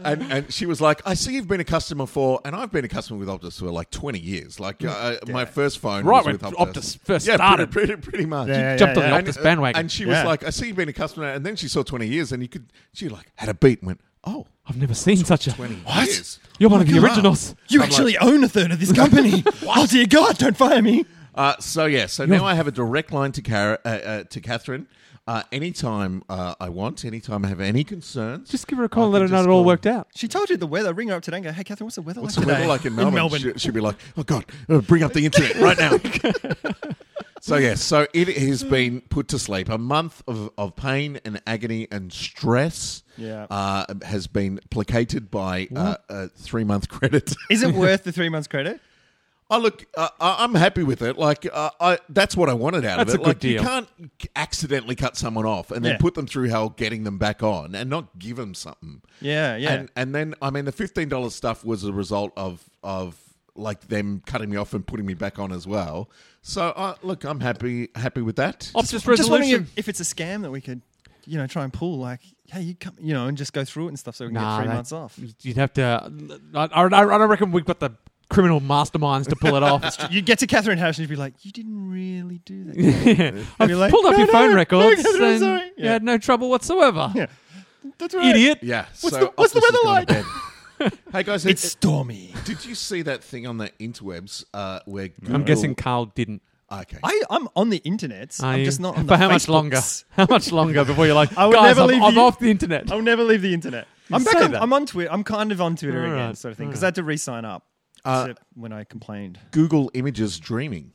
A: And, and she was like, I see you've been a customer for, and I've been a customer with Optus for like twenty years. Like uh, my first phone,
C: Hmm. Right
A: was with
C: when
A: Optus.
C: Optus first
A: yeah,
C: started.
A: pretty, pretty, pretty much.
D: Yeah,
C: Jumped on the Optus bandwagon.
A: uh, And she
D: Yeah.
A: was like, I see you've been a customer. And then she saw 20 years and you could, she like had a beat and went, oh,
C: I've never seen such a
A: 20
C: What?
A: years.
C: You're one of the
A: God.
C: originals.
D: You
A: I'm
D: actually own a third of this company. oh dear God! Don't fire me.
A: Uh, so, yeah, so now I have a direct line to, Cara, uh, uh, to Catherine. Uh, anytime uh, I want, anytime I have any concerns.
C: Just give her a call
A: I
C: and let her
A: can
C: know
A: just
C: it all
A: call-
C: worked out.
D: She told you the weather. Ring her up today and go, "Hey Catherine, what's the weather
A: What's
D: like
A: the weather
D: today?"
A: like in Melbourne? She, would be like, oh, God, uh, bring up the internet right now. so, yes, so it has been put to sleep. A month of, of pain and agony and stress
D: Yeah.
A: uh, has been placated by uh, a three month credit.
D: Is it worth the three months credit?
A: Oh look, uh, I- I'm happy with it. Like uh, I, that's what I wanted out
C: That's
A: of
C: a
A: it.
C: good
A: like
C: deal.
A: you can't accidentally cut someone off and then
D: Yeah.
A: put them through hell getting them back on and not give them something.
D: Yeah, yeah.
A: And and then I mean the fifteen dollars stuff was a result of of like them cutting me off and putting me back on as well. So uh, look, I'm happy happy with that.
C: Optus resolution.
D: I'm just wondering if, if it's a scam that we could, you know, try and pull. Like, hey, you come, you know, and just go through it and stuff, so we can
C: Nah,
D: get three
C: that-
D: months off.
C: You'd have to. I, I, I don't reckon we've got the criminal masterminds to pull it off.
D: You'd get to Catherine Harris and you'd be like, you didn't really do that.
C: yeah.
D: I'd
C: I've
D: be like,
C: pulled up
D: "No,
C: your
D: no,
C: phone
D: no,
C: records
D: Catherine, I'm
C: and
D: sorry."
C: you
D: Yeah.
C: had no trouble whatsoever.
D: Yeah. That's right.
C: Idiot.
A: Yeah.
D: What's
A: so
D: the- what's the
A: Optus has gone
D: weather
A: to bed. hey guys,
D: It's
A: it's.
D: stormy.
A: Did you see that thing on the interwebs uh, where Google,
C: I'm guessing Carl didn't.
A: Okay,
D: I, I'm on the internet.
C: Are
D: I'm
C: you?
D: just not on
C: For
D: the
C: how much
D: Facebooks.
C: longer? How much longer before you're like,
D: I will
C: guys,
D: never
C: I'm,
D: leave
C: I'm
D: you."
C: off the internet.
D: I'll never leave the internet. I'm
C: say
D: back on,
C: that.
D: I'm on Twitter. I'm kind of on Twitter
C: All
D: again,
C: right,
D: sort of thing,
C: all
D: because I had to re sign up
A: Uh,
D: except when I complained.
A: Google Images dreaming.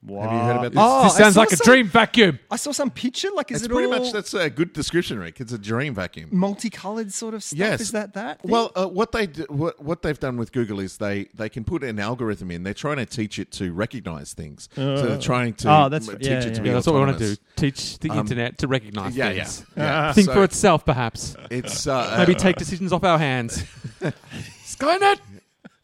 D: Wow.
A: Have you heard about this?
D: Oh,
C: this
D: I
C: sounds
D: saw
C: like a
D: some-
C: dream vacuum.
D: I saw some picture. Like, is
A: it's
D: it
A: pretty
D: all
A: much that's a good description, Rick. It's a dream vacuum.
D: multicolored sort of stuff?
A: Yes.
D: Is that that? thing?
A: Well, uh, what they do, what what they've done with Google is they they can put an algorithm in. They're trying to teach it to recognize things. so they're trying to
D: Oh, that's-
A: m- teach
D: yeah,
A: it to
D: yeah.
A: be
C: Yeah, Uh. that's what we want to do.
A: autonomous. Um,
C: Teach the internet to recognize
A: Yeah, yeah,
C: things.
A: yeah.
C: Think
A: So
C: for itself, perhaps.
A: It's uh,
C: Maybe
A: uh,
C: take decisions off our hands. Skynet.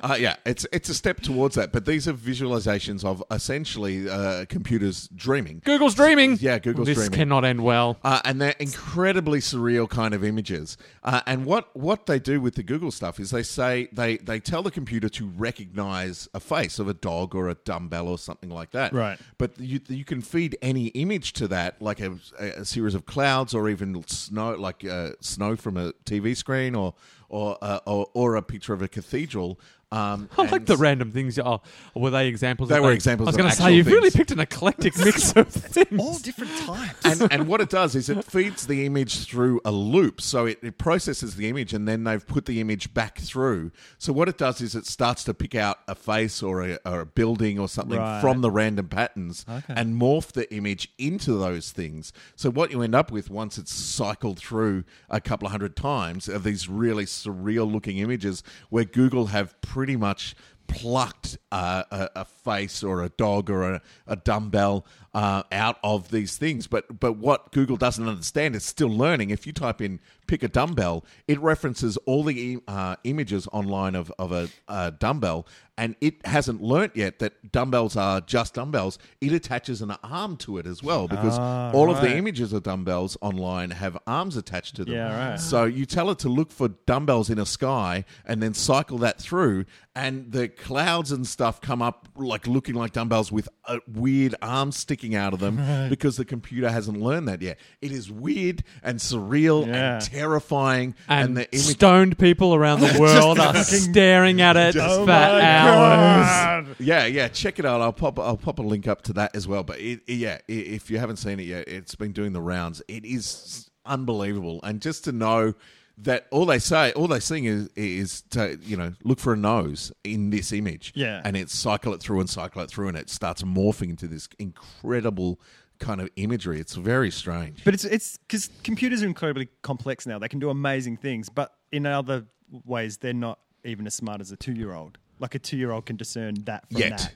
A: Uh, yeah, it's it's a step towards that. But these are visualizations of essentially uh, computers dreaming.
C: Google's dreaming.
A: Yeah, Google's
C: this
A: dreaming.
C: cannot end well.
A: Uh, and they're incredibly surreal kind of images. Uh, and what, what they do with the Google stuff is they say they, they tell the computer to recognize a face of a dog or a dumbbell or something like that.
D: Right.
A: But you, you can feed any image to that, like a, a series of clouds or even snow, like uh, snow from a TV screen or or, uh, or, or a picture of a cathedral. Um,
C: I like
A: and-
C: the random things. Oh, were they examples?
A: They
C: of
A: were
C: things?
A: examples
C: I was
A: of
C: going to
A: actual
C: say you've really
A: things.
C: picked an eclectic mix of things.
D: all different types.
A: and, and what it does is it feeds the image through a loop. So it, it processes the image and then they've put the image back through. So what it does is it starts to pick out a face or a, or a building or something
D: Right.
A: from the random patterns and morph the image into those things. So what you end up with once it's cycled through a couple of hundred times are these really surreal looking images where Google have pretty much plucked uh, a, a face or a dog or a, a dumbbell uh, out of these things. But but what Google doesn't understand is still learning. If you type in "pick a dumbbell," it references all the uh, images online of of a, uh dumbbell, and it hasn't learnt yet that dumbbells are just dumbbells. It attaches an arm to it as well because all of the
D: Ah, right.
A: images of dumbbells online have arms attached to them.
D: Yeah, right.
A: So you tell it to look for dumbbells in a sky and then cycle that through, and the clouds and stuff come up like looking like dumbbells with uh weird arms sticking out of them because the computer hasn't learned that yet. It is weird and surreal
D: Yeah.
A: and terrifying, and,
C: And,
A: the image.
C: stoned people around the world are staring at it for hours.
D: "Oh
A: yeah, yeah, check it out. I'll pop, I'll pop a link up to that as well. But it, it- yeah, i- if you haven't seen it yet, it's been doing the rounds. It is unbelievable, and just to know that all they say, all they sing is, is to, you know, look for a nose in this image,
D: Yeah.
A: and it cycle it through and cycle it through, and it starts morphing into this incredible kind of imagery. It's very strange.
D: But it's it's because computers are incredibly complex now. They can do amazing things, but in other ways, they're not even as smart as a two-year-old. Like a two-year-old can discern that from
A: Yet.
D: that.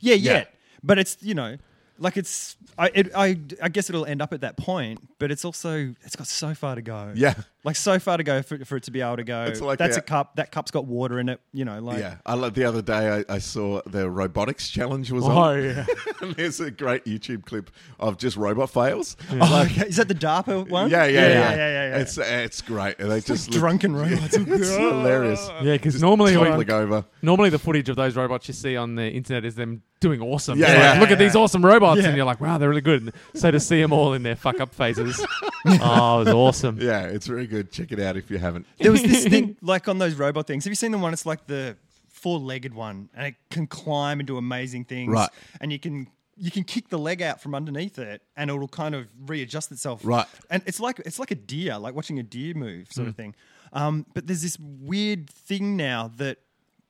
D: Yeah,
A: Yeah.
D: yet. But it's you know, like it's I it, I I guess it'll end up at that point. But it's also it's got so far to go.
A: Yeah.
D: like so far to go for, for it to be able to go.
A: It's like
D: that's
A: that-
D: a cup. That cup's got water in it. You know, like
A: yeah, I love the other day I, I saw the robotics challenge was
C: Oh,
A: on.
C: yeah.
A: and there's a great YouTube clip of just robot fails.
D: Oh, okay. Is that the DARPA one?
A: Yeah, yeah, yeah,
D: yeah, yeah. yeah, yeah.
A: It's it's great. They just look-
D: drunken robots.
A: It's hilarious.
C: Yeah, because normally, we-
A: Toppling over.
C: normally the footage of those robots you see on the internet is them doing awesome.
A: Yeah,
C: It's
A: yeah,
C: like,
A: yeah,
C: Look at
D: yeah.
C: these awesome robots,
D: Yeah.
C: and you're like, wow, they're really good. So to see them all in their fuck up faces, oh, it was awesome.
A: Yeah, it's very good. Check it out if you haven't.
D: There was this thing like on those robot things. Have you seen the one? It's like the four-legged one, and it can climb and do amazing things.
A: Right.
D: And you can you can kick the leg out from underneath it, and it'll kind of readjust itself.
A: Right.
D: And it's like it's like a deer, like watching a deer move,
C: Hmm.
D: sort of thing. Um, but there's this weird thing now that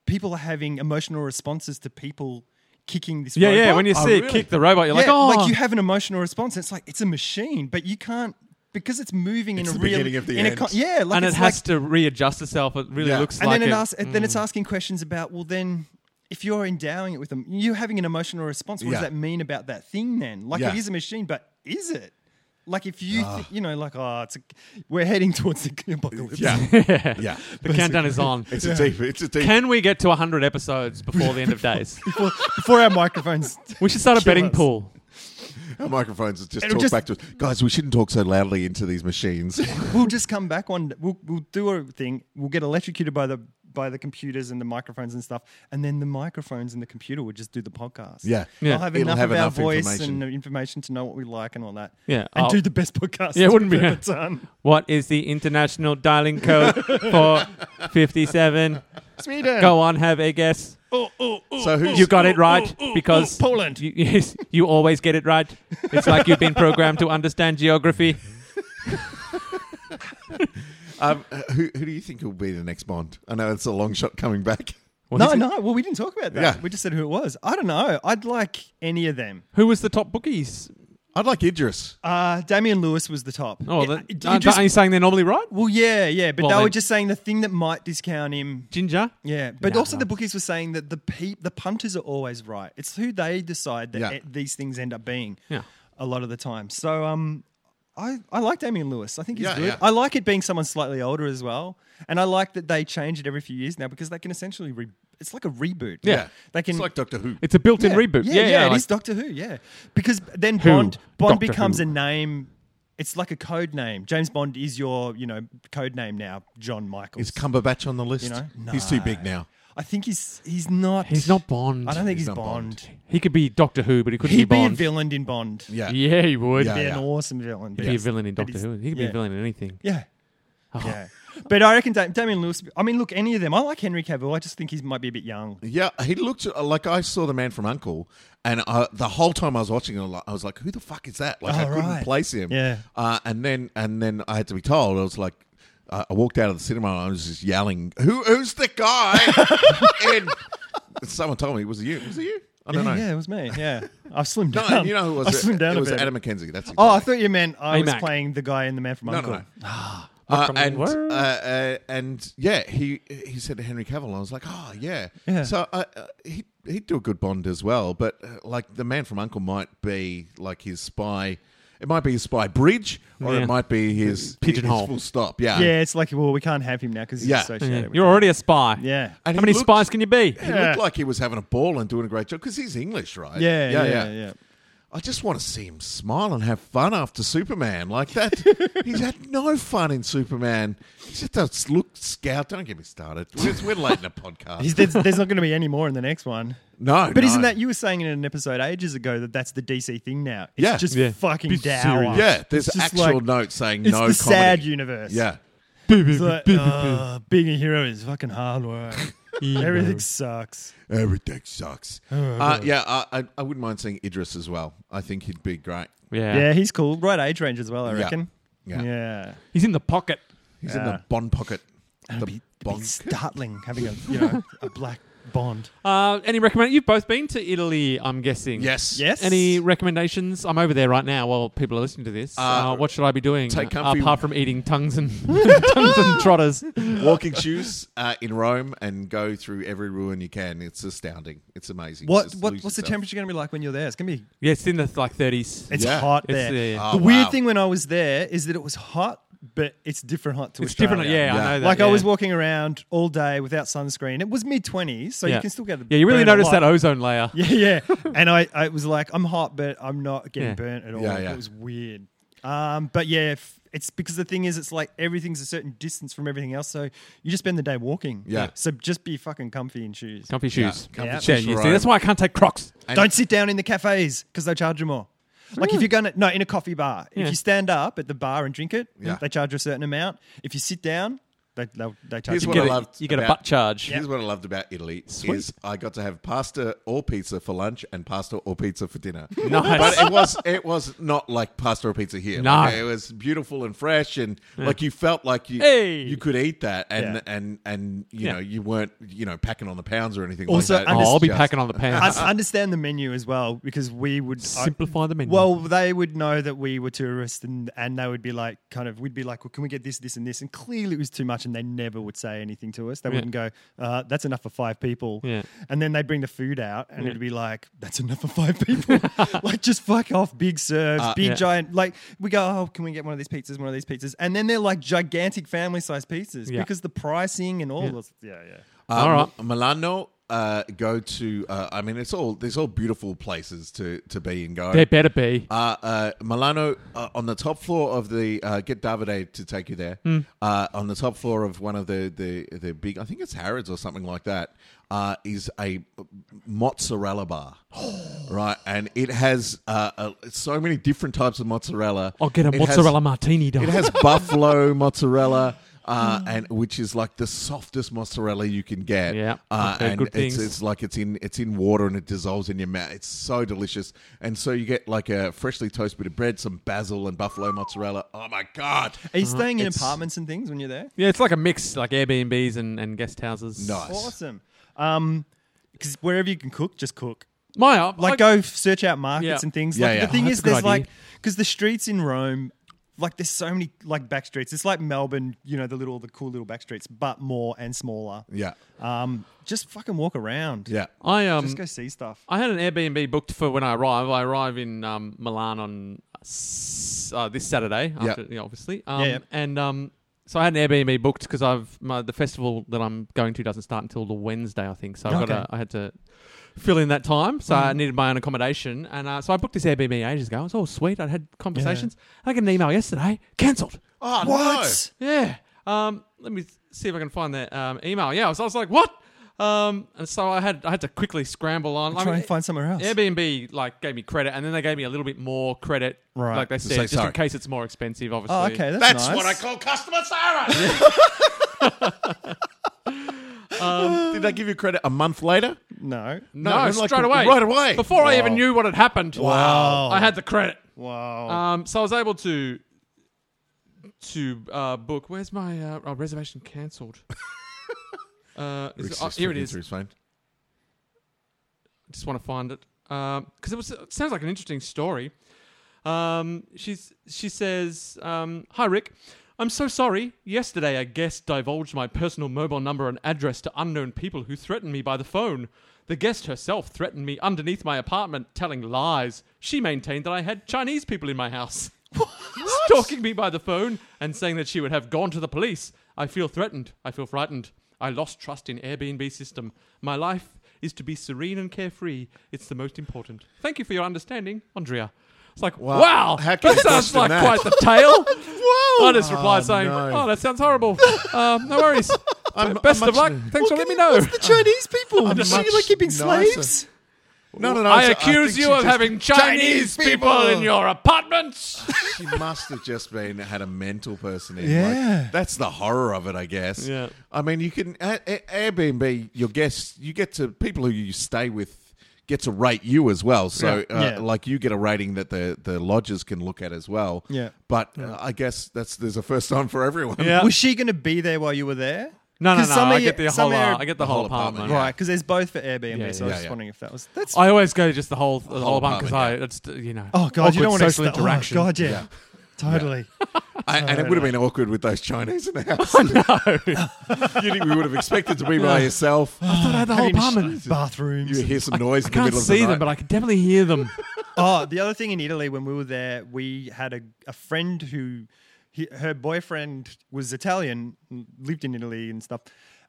D: people are having emotional responses to people kicking this.
C: Yeah,
D: robot. Oh,
C: yeah. When you see it kick the robot, you're like,
D: Yeah,
C: oh,
D: like you have an emotional response. It's like it's a machine, but you can't because it's moving
A: It's
D: in a
A: the
D: real
A: beginning of the
D: in a
A: end.
D: con- yeah, like
C: and it
D: it's
C: has
D: like,
C: to readjust itself. It really
A: Yeah.
C: looks
D: and
C: like
D: then
C: it.
D: it asks, then it's asking questions about well then if you're endowing it with them you're having an emotional response what
A: Yeah.
D: does that mean about that thing then like
A: Yeah.
D: it is a machine but is it like if you thi- you know like oh it's a, we're heading towards the apocalypse
A: Yeah, yeah.
C: the countdown is on.
A: It's a deep. It's a deep.
C: Can we get to 100 episodes before the end of days?
D: before, before our microphones
C: We should start a
D: Kill
C: betting
D: us.
C: pool.
A: our microphones just
D: It'll
A: talk
D: just-
A: back to us, guys. We shouldn't talk so loudly into these machines.
D: we'll just come back one day. we'll, we'll do a thing we'll get electrocuted by the by the computers and the microphones and stuff and then the microphones and the computer would just do the podcast
A: Yeah.
C: Yeah.
D: i'll have
A: It'll
D: enough
A: have
D: of our
A: enough
D: voice
A: information.
D: and information to know what we like and all that
C: Yeah,
D: and
C: I'll-
D: do the best podcast
C: Yeah, it wouldn't be-
D: we've ever done.
C: What is the international dialing code for 57?
D: Sweden.
C: Go on, have a guess.
A: so who's
C: You got it right because
D: Poland.
C: You, yes, you always get it right. It's like you've been programmed to understand geography.
A: um, who? Who do you think will be the next Bond? I know it's a long shot coming back.
C: Well,
D: no,
C: he's-
D: no. Well, we didn't talk about that.
A: Yeah.
D: We just said who it was. I don't know. I'd like any of them.
C: Who was the top bookies?
A: I'd like Idris.
D: Uh, Damian Lewis was the top.
C: Oh,
D: It-
C: that,
D: it- you
C: aren't,
D: just-
C: aren't you saying they're normally right?
D: well, yeah, yeah. But
C: Well,
D: they
C: then-
D: were just saying the thing that might discount him.
C: Ginger?
D: Yeah, but
C: No,
D: also
C: no.
D: the bookies were saying that the pe- the punters are always right. It's who they decide that
A: Yeah.
D: e- these things end up being.
C: Yeah.
D: a lot of the time. So um, I I like Damien Lewis. I think he's
A: Yeah,
D: good.
A: yeah.
D: I like it being someone slightly older as well, and I like that they change it every few years now because they can essentially re- it's like a reboot.
C: Yeah.
D: they can
A: It's like Doctor Who.
C: It's a built in reboot.
D: Yeah, yeah, it is
C: like-
D: Doctor Who. Yeah, because then
C: Who?
D: Bond Bond
C: Doctor
D: becomes
C: Who.
D: a name. It's like a code name. James Bond is your you know code name now. John Michaels.
A: Is Cumberbatch on the list?
D: You know?
A: He's too
D: No.
A: big now.
D: I think he's he's not.
C: He's not Bond.
D: I don't think
A: He's not
D: he's, Bond.
A: Bond.
C: he could be Doctor Who, but he couldn't
D: He'd
C: be
D: be a
C: Bond.
D: villain in Bond.
A: Yeah.
C: Yeah, he would.
A: Yeah.
D: Be an awesome villain.
C: He'd be a villain in Doctor Who. He could be a
D: yeah.
C: villain Oh. in anything.
D: Yeah. Yeah. But I reckon da- Damien Lewis. I mean, look, any of them. I like Henry Cavill. I just think he might be a bit young.
A: Yeah, he looked uh, like I saw the man from Uncle, and uh, the whole time I was watching it, I was like, "Who the fuck is that?" Like I
D: Oh,
A: couldn't
D: right.
A: place him.
D: Yeah.
A: uh, and then and then I had to be told. I was like, uh, I walked out of the cinema and I was just yelling, "Who who's the guy?" and someone told me, "Was it you? Was it you?" I don't
D: yeah,
A: know.
D: yeah, it was me. Yeah, I've slimmed
A: No,
D: down.
A: you know who was
D: I
A: it?
D: slimmed down
A: it
D: a
A: was
D: bit.
A: Adam McKenzie. That's
D: Oh, I thought you meant I was
C: Amac.
D: playing the guy in the Man from
A: no,
D: Uncle. Ah,
A: no, no. Uh,
C: Welcome
A: and
C: to the world.
A: uh, uh, and yeah, he he said to Henry Cavill, I was like, oh yeah.
D: Yeah.
A: So uh, uh, he he'd do a good Bond as well, but uh, like the man from Uncle might be like his spy. It might be his spy bridge, or
C: Yeah.
A: it might be his
C: Pigeonhole.
A: his full stop. Yeah.
D: Yeah, it's like well, we can't have him now because he's
A: Yeah.
D: associated.
C: Yeah.
D: with
C: You're
D: it.
C: already a spy.
D: Yeah.
A: And he
C: How many
A: looked-
C: spies can you be?
A: He
D: Yeah.
A: looked like he was having a ball and doing a great job because he's English, right?
D: Yeah, yeah, yeah, yeah.
A: I just want to see him smile and have fun after Superman like that. he's had no fun in Superman. He just does look scout. Don't get me started. We're, we're late in the podcast.
D: He's, there's, there's not going to be any more in the next one.
A: no,
D: But isn't
A: no.
D: that you were saying in an episode ages ago that that's the DC thing now? It's
A: Yeah.
D: just
C: Yeah.
D: fucking
C: Be
D: dour.
C: serious.
A: Yeah, there's
D: It's just
A: actual
D: like-
A: notes saying
D: It's
A: no
D: the
A: comedy.
D: sad universe.
A: Yeah.
D: It's like, "Ah, being a hero is fucking hard work. Everything sucks.
A: Everything sucks. Uh, yeah, I, I, I wouldn't mind seeing Idris as well. I think he'd be great.
C: Yeah.
D: Yeah. he's cool. Right age range as well, I
A: Yeah.
D: reckon.
A: Yeah.
D: Yeah.
C: He's in the pocket.
A: He's in
D: Yeah.
A: the Bond pocket. The
D: It'd be, it'd be
A: Bond.
D: startling having a you know a black bond.
C: Uh, any recommend? You've both been to Italy, I'm guessing.
A: Yes.
D: Yes.
C: Any recommendations? I'm over there right now while people are listening to this. Uh,
A: Uh,
C: what should I be doing
A: take
C: uh,
A: comfy-
C: apart from eating tongues and tongues and trotters?
A: Walking shoes uh, in Rome and go through every ruin you can. It's astounding. It's amazing.
D: What
A: Just
D: what
A: lose
D: what's the
A: yourself.
D: temperature going to be like when you're there? It's going to be
C: Yeah, it's in the like 30s.
D: it's
A: Yeah.
D: hot
C: It's-
D: there.
C: yeah, yeah.
A: Oh,
D: the weird
A: wow.
D: thing when I was there is that it was hot, but it's different hot to
C: It's
D: Australia.
C: different. Yeah,
A: Yeah.
C: I know that.
D: Like I
C: yeah.
D: was walking around all day without sunscreen. It was mid twenties, so
C: yeah.
D: you can still get the
C: Yeah, you really
D: burn a
C: notice
D: lot.
C: that ozone layer.
D: Yeah, yeah. and I, I was like, I'm hot, but I'm not getting
C: Yeah.
D: burnt at all.
A: Yeah, yeah.
D: It was weird. Um, but yeah, f- it's because the thing is, it's like everything's a certain distance from everything else, so you just spend the day walking.
A: Yeah.
D: So just be fucking comfy in shoes.
C: Comfy shoes.
A: comfy
D: Yeah.
A: shoes
C: you
A: for
C: see, that's
A: Rome.
C: why I can't take Crocs.
A: And-
D: Don't sit down in the cafes because they charge you more. Like if you're gonna no in a coffee bar,
C: Yeah.
D: if you stand up at the bar and drink it,
A: Yeah.
D: they charge you a certain amount. If you sit down, they they'll, they charge
A: Here's
D: you.
A: what
C: Get
A: I
C: a-
A: loved.
C: you get a
A: about-
C: butt charge.
A: Here's what I loved about Italy
C: Sweet.
A: is I got to have pasta or pizza for lunch and pasta or pizza for dinner.
C: Nice.
A: but it was it was not like pasta or pizza here.
C: No.
A: Like, it was beautiful and fresh and like you felt like you
C: Hey.
A: you could eat that and
D: Yeah.
A: and and you
C: Yeah.
A: know you weren't you know packing on the pounds or anything.
D: Also,
A: like that.
D: I'm
A: It
C: Oh,
A: was
C: I'll be
A: just-
C: packing on the pants.
D: I I understand the menu as well because we would I-
C: Simplify the menu.
D: Well, they would know that we were tourists, and and they would be like, kind of, we'd be like, well, can we get this, this, and this? And clearly, it was too much, and they never would say anything to us. They
C: Yeah.
D: wouldn't go, uh, that's enough for five people.
C: Yeah.
D: And then they'd bring the food out, and it'd be like, that's enough for five people. like, just fuck off, big serves, big
C: Uh, yeah.
D: giant. Like, we go, oh, can we get one of these pizzas, one of these pizzas? And then they're like gigantic family sized pizzas
C: Yeah.
D: because the pricing and all. this- Yeah, yeah.
A: Uh,
C: All right.
A: M- Milano. Uh, go to. Uh, I mean, it's all. There's all beautiful places to to be and go.
C: there better be.
A: Uh, uh, Milano, uh, on the top floor of the uh, get Davide to take you there.
C: Hmm.
A: Uh, on the top floor of one of the, the the big, I think it's Harrods or something like that, uh, is a mozzarella bar, right? And it has uh, uh, so many different types of mozzarella.
C: I'll get a
A: It has-
C: mozzarella martini done.
A: it has buffalo mozzarella. Uh, and which is like the softest mozzarella you can get.
C: Yeah,
A: uh,
C: I've heard
A: and
C: good
A: it's,
C: things.
A: it's like it's in it's in water and it dissolves in your mouth. It's so delicious. And so you get like a freshly toasted bit of bread, some basil and buffalo mozzarella. Oh my god,
D: Are
C: Uh-huh.
D: you staying in
A: It's-
D: apartments and things when you're there?
C: yeah, it's like a mix, like Airbnbs and, and guest houses.
A: nice.
D: Awesome. Um, because wherever you can cook, just cook.
C: My op-
D: Like,
C: I-
D: go f- search out markets
C: Yeah.
D: and things.
A: Yeah,
D: like,
A: yeah.
D: The thing
C: Oh,
D: is,
C: that's a good
D: there's
C: idea.
D: like because the streets in Rome, like there's so many like back streets. It's like Melbourne, you know, the little, the cool little back streets, but more and smaller.
A: Yeah.
D: Um, just fucking walk around.
A: Yeah.
C: I um
D: just go see stuff.
C: I had an Airbnb booked for when I arrive. I arrive in um, Milan on s- uh, this Saturday,
A: Yeah.
C: after, yeah, obviously. Um,
D: Yeah, yeah.
C: And um, so I had an Airbnb booked because I've my, the festival that I'm going to doesn't start until the Wednesday, I think. So I've
D: Okay. Mm-hmm.
C: got to, I had to fill in that time. So I needed my own accommodation, and uh, so I booked this Airbnb ages ago. It was all sweet. I'd had conversations. I got an email yesterday, cancelled.
A: Oh,
D: What?
C: Yeah. Um, let me see if I can find that um, email. Yeah, I was, I was like, what? Um, and so I had I had to quickly scramble on. I
D: Try
C: mean,
D: and find somewhere else.
C: Airbnb like gave me credit, and then they gave me a little bit more credit,
D: Right.
C: like they
A: To
C: said,
A: say
C: just
A: sorry.
C: in case it's more expensive. Obviously,
D: oh, okay, that's,
A: That's
D: nice.
A: what I call customer service. Um, Did they give you credit a month later?
D: No.
C: No,
A: No, it was like
C: straight away,
A: right away.
C: before I even knew what had happened.
D: Wow.
C: I had the credit,
D: Wow.
C: um, so I was able to to uh, book. Where's my uh, oh, reservation cancelled? uh, is it-
A: Rick's
C: oh,
A: just
C: here it
A: flicking
C: is.
A: through his phone.
C: just want to find it because it was it sounds like an interesting story. Um, she's she says, um, "Hi Rick, I'm so sorry. Yesterday, a guest divulged my personal mobile number and address to unknown people who threatened me by the phone. The guest herself threatened me underneath my apartment, telling lies. She maintained that I had Chinese people in my house." Stalking me by the phone and saying that she would have gone to the police. I feel threatened. I feel frightened. I lost trust in Airbnb system. My life is to be serene and carefree. It's the most important. Thank you for your understanding, Andrea. It's like,
A: Wow.
C: wow,
A: How can
C: that
A: you
C: sounds
A: question
C: like
A: that?
C: quite the tale. Whoa! I just
A: Oh,
C: replied saying,
A: no.
C: oh, that sounds horrible. um, no worries.
A: I'm-
C: Best
A: I'm
C: of
A: much-
C: luck. Thanks for letting me know.
D: the Chinese people?
A: I'm
D: Are
A: much
D: you like keeping
A: nicer.
D: slaves?
A: No, no, no.
C: I
A: so
C: accuse
A: think
C: you
A: she
C: of
A: just-
C: having Chinese, people, in your apartment.
A: She must have just been had a mental person in.
D: Yeah.
A: like, that's the horror of it, I guess.
C: Yeah.
A: I mean, you can A- A- Airbnb your guests. You get to people who you stay with get to rate you as well. So,
D: Yeah.
A: Uh,
D: Yeah.
A: like, you get a rating that the the lodgers can look at as well.
D: Yeah.
A: But uh, I guess that's there's a first time for everyone.
C: Yeah.
D: Was she going to be there while you were there?
C: No, no,
D: 'Cause
C: no.
D: some
C: I
D: are-
C: get the
D: some
C: whole.
D: are-
C: Uh, I get the whole apartment.
A: yeah.
D: Right, because there's both for
C: Yeah,
D: Airbnb, so I
A: yeah,
D: was just
A: yeah.
D: wondering if that was that's.
C: I always go just the whole the
A: Whole
C: whole apartment because I
A: apartment,
C: it's you know.
D: oh god, you don't
C: awkward
D: want
C: social interaction.
D: Oh god, yeah, totally.
A: I, and it would have been awkward with those Chinese in the house. you think we would have expected to be by yourself.
C: I thought I had the whole
D: Having sh-
C: apartment.
D: bathrooms.
A: You hear some noise
C: Oh, I
A: in the
C: can't
A: middle of the
C: see
A: night.
C: them, but I can definitely hear them.
D: oh, the other thing in Italy when we were there, we had a, a friend who he, her boyfriend was Italian, lived in Italy and stuff.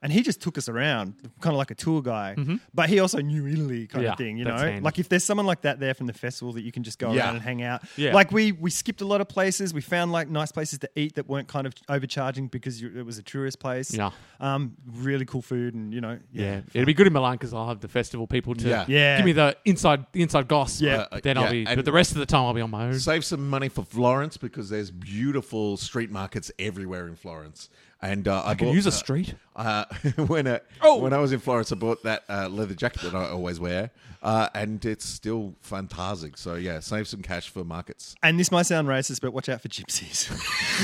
D: And he just took us around, kind of like a tour guy. But he also knew Italy,
C: Mm-hmm.
D: kind
C: Yeah,
D: of thing, you know.
C: that's handy.
D: Like if there's someone like that there from the festival that you can just go
A: Yeah.
D: around and hang out.
C: Yeah.
D: Like we we skipped a lot of places. We found like nice places to eat that weren't kind of overcharging because you, it was a tourist place.
C: Yeah.
D: Um, really cool food and you know.
C: yeah, it'd be good in Milan because I'll have the festival people to
A: Yeah. Uh,
D: Yeah.
C: give me the inside the inside gossip.
D: Yeah.
C: but then
A: Yeah,
C: I'll be.
A: and-
C: But the rest of the time I'll be on my own.
A: Save some money for Florence because there's beautiful street markets everywhere in Florence. And uh, I,
C: I can
A: bought,
C: use
A: uh,
C: a street. Oh!
A: Uh, when uh when I was in Florence, I bought that uh, leather jacket that I always wear, uh, and it's still fantastic. So yeah, save some cash for markets.
D: and this might sound racist, but watch out for gypsies.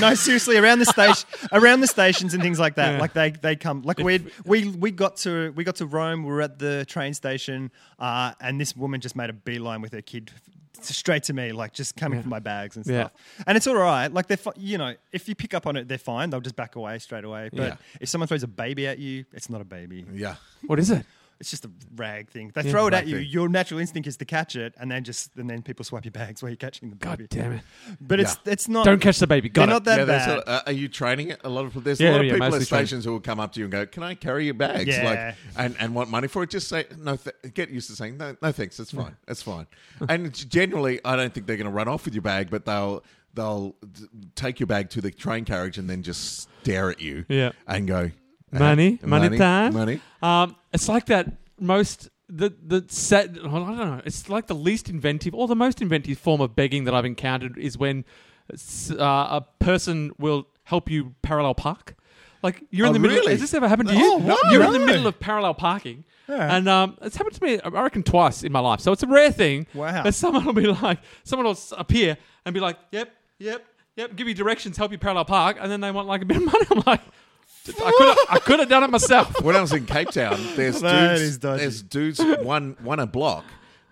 D: no, seriously, around the station, around the stations and things like that. Like they they come. Like we we we got to we got to Rome. We were at the train station, uh, and this woman just made a beeline with her kid f- straight to me, like just coming for my bags and
C: Yeah.
D: stuff. And it's all right. Like they're fi- you know if you pick up on it, they're fine. They'll just back away straight away. But
A: Yeah.
D: if someone throws a baby at you, it's not a baby.
A: Yeah,
C: What is it?
D: It's just a rag thing. They throw it
A: Rag
D: at you.
A: thing.
D: Your natural instinct is to catch it, and then just and then people swipe your bags while you're catching the baby.
C: God damn it!
D: But it's it's not.
C: Don't catch the baby.
D: They're
C: Got it.
D: not that
A: yeah. There's
D: bad.
A: a, uh, are you training it? A lot of there's a
C: Yeah,
A: lot of
C: yeah,
A: people at
C: mostly training.
A: stations who will come up to you and go, "Can I carry your bags?"
D: Yeah.
A: Like and, and want money for it. Just say no. Th- get used to saying no. No thanks. That's fine. That's fine. and it's generally, I don't think they're going to run off with your bag, but they'll they'll d- take your bag to the train carriage and then just stare at you.
C: Yeah.
A: and go "Uh,
C: Money, money time."
A: money.
C: Um, it's like that most the the set. I don't know. It's like the least inventive or the most inventive form of begging that I've encountered is when s- uh, a person will help you parallel park. Like you're in
A: Oh,
C: the middle.
A: really?
C: Has this ever happened to you?
A: Oh, no,
C: you're in
D: no.
C: the middle of parallel parking,
D: Yeah.
C: and um, it's happened to me. I reckon twice in my life. So it's a rare thing.
D: Wow.
C: But someone will be like, someone will s- appear and be like, "Yep, yep, yep." Give you directions, help you parallel park, and then they want like a bit of money. I'm like, I could I could have done it myself.
A: When I was in Cape Town, there's
D: That
A: dudes,
D: is dodgy.
A: there's dudes one one a block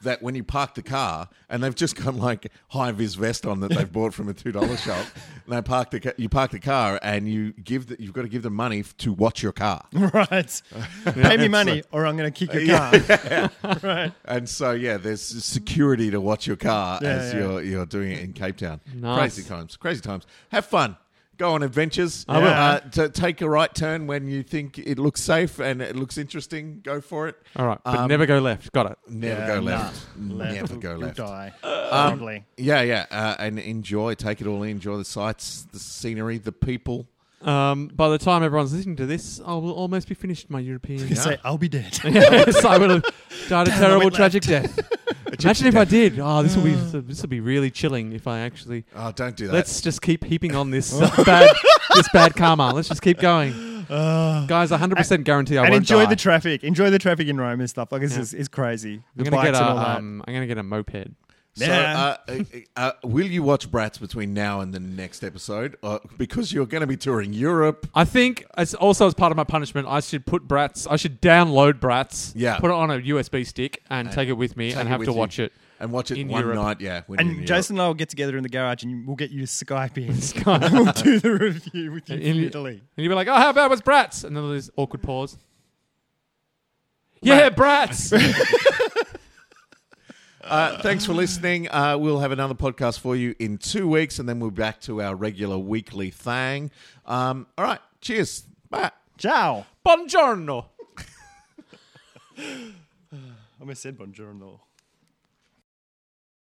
A: that when you park the car and they've just got like high vis vest on that they've bought from a two dollar shop, and they park the ca- you park the car and you give the, you've got to give them money f- to watch your car,
D: right. Pay me money or I'm going to kick your car. right.
A: and so yeah, there's security to watch your car
D: Yeah,
A: as
D: yeah.
A: you're you're doing it in Cape Town.
C: Nice.
A: Crazy times, crazy times. Have fun. Go on adventures.
D: will.
A: Uh, to take a right turn when you think it looks safe and it looks interesting. Go for it.
C: All right, but
A: Um,
C: never go left. Got it.
A: Never
D: Yeah,
A: go
D: nah,
A: left. Never go
D: You'll
A: left. Um,
D: die. Um, Probably.
A: Yeah, yeah, uh, and enjoy. Take it all in. Enjoy the sights, the scenery, the people.
C: Um, by the time everyone's listening to this, I will almost be finished my European.
D: You say, I'll be dead.
C: yes, I would have died a
D: Damn, I
C: terrible,
D: went
C: tragic death. Imagine if I did. Oh, this will be this will be really chilling if I actually.
A: Oh, don't do that.
C: Let's just keep heaping on this bad this bad karma. Let's just keep going, guys. 100 percent guarantee I
D: and
C: won't
D: enjoy
C: die.
D: the traffic. Enjoy the traffic in Rome and stuff. Like, this
C: Yeah.
D: is, is crazy.
C: I'm
D: The
C: gonna get
D: bikes and all
C: a
D: that.
C: um, I'm gonna get a moped.
A: so, uh,
D: Yeah.
A: uh, uh, will you watch Brats between now and the next episode? Uh, because you're going to be touring Europe.
C: I think as also as part of my punishment, I should put Bratz. I should download Bratz.
A: Yeah.
C: put it on a USB stick and, take it with me
A: Take
C: and
A: it
C: have
A: with
C: to
A: you
C: watch it.
A: and watch it
C: in
A: one
C: Europe.
A: night. Yeah, when you're in
D: and
A: Europe.
D: Jason and I will get together in the garage and you- we'll get you to Skype in.
C: Skype.
D: we'll do the review with you
C: And
D: from
C: in-
D: Italy.
C: And you'd be like, oh, how bad was Bratz? And then there's this awkward pause. Yeah, Bratz!
A: Uh, thanks for listening. Uh, we'll have another podcast for you in two weeks, and then we'll be back to our regular weekly thing. Um, all right. Cheers. Bye.
D: Ciao.
C: Buongiorno!
D: I almost said buongiorno.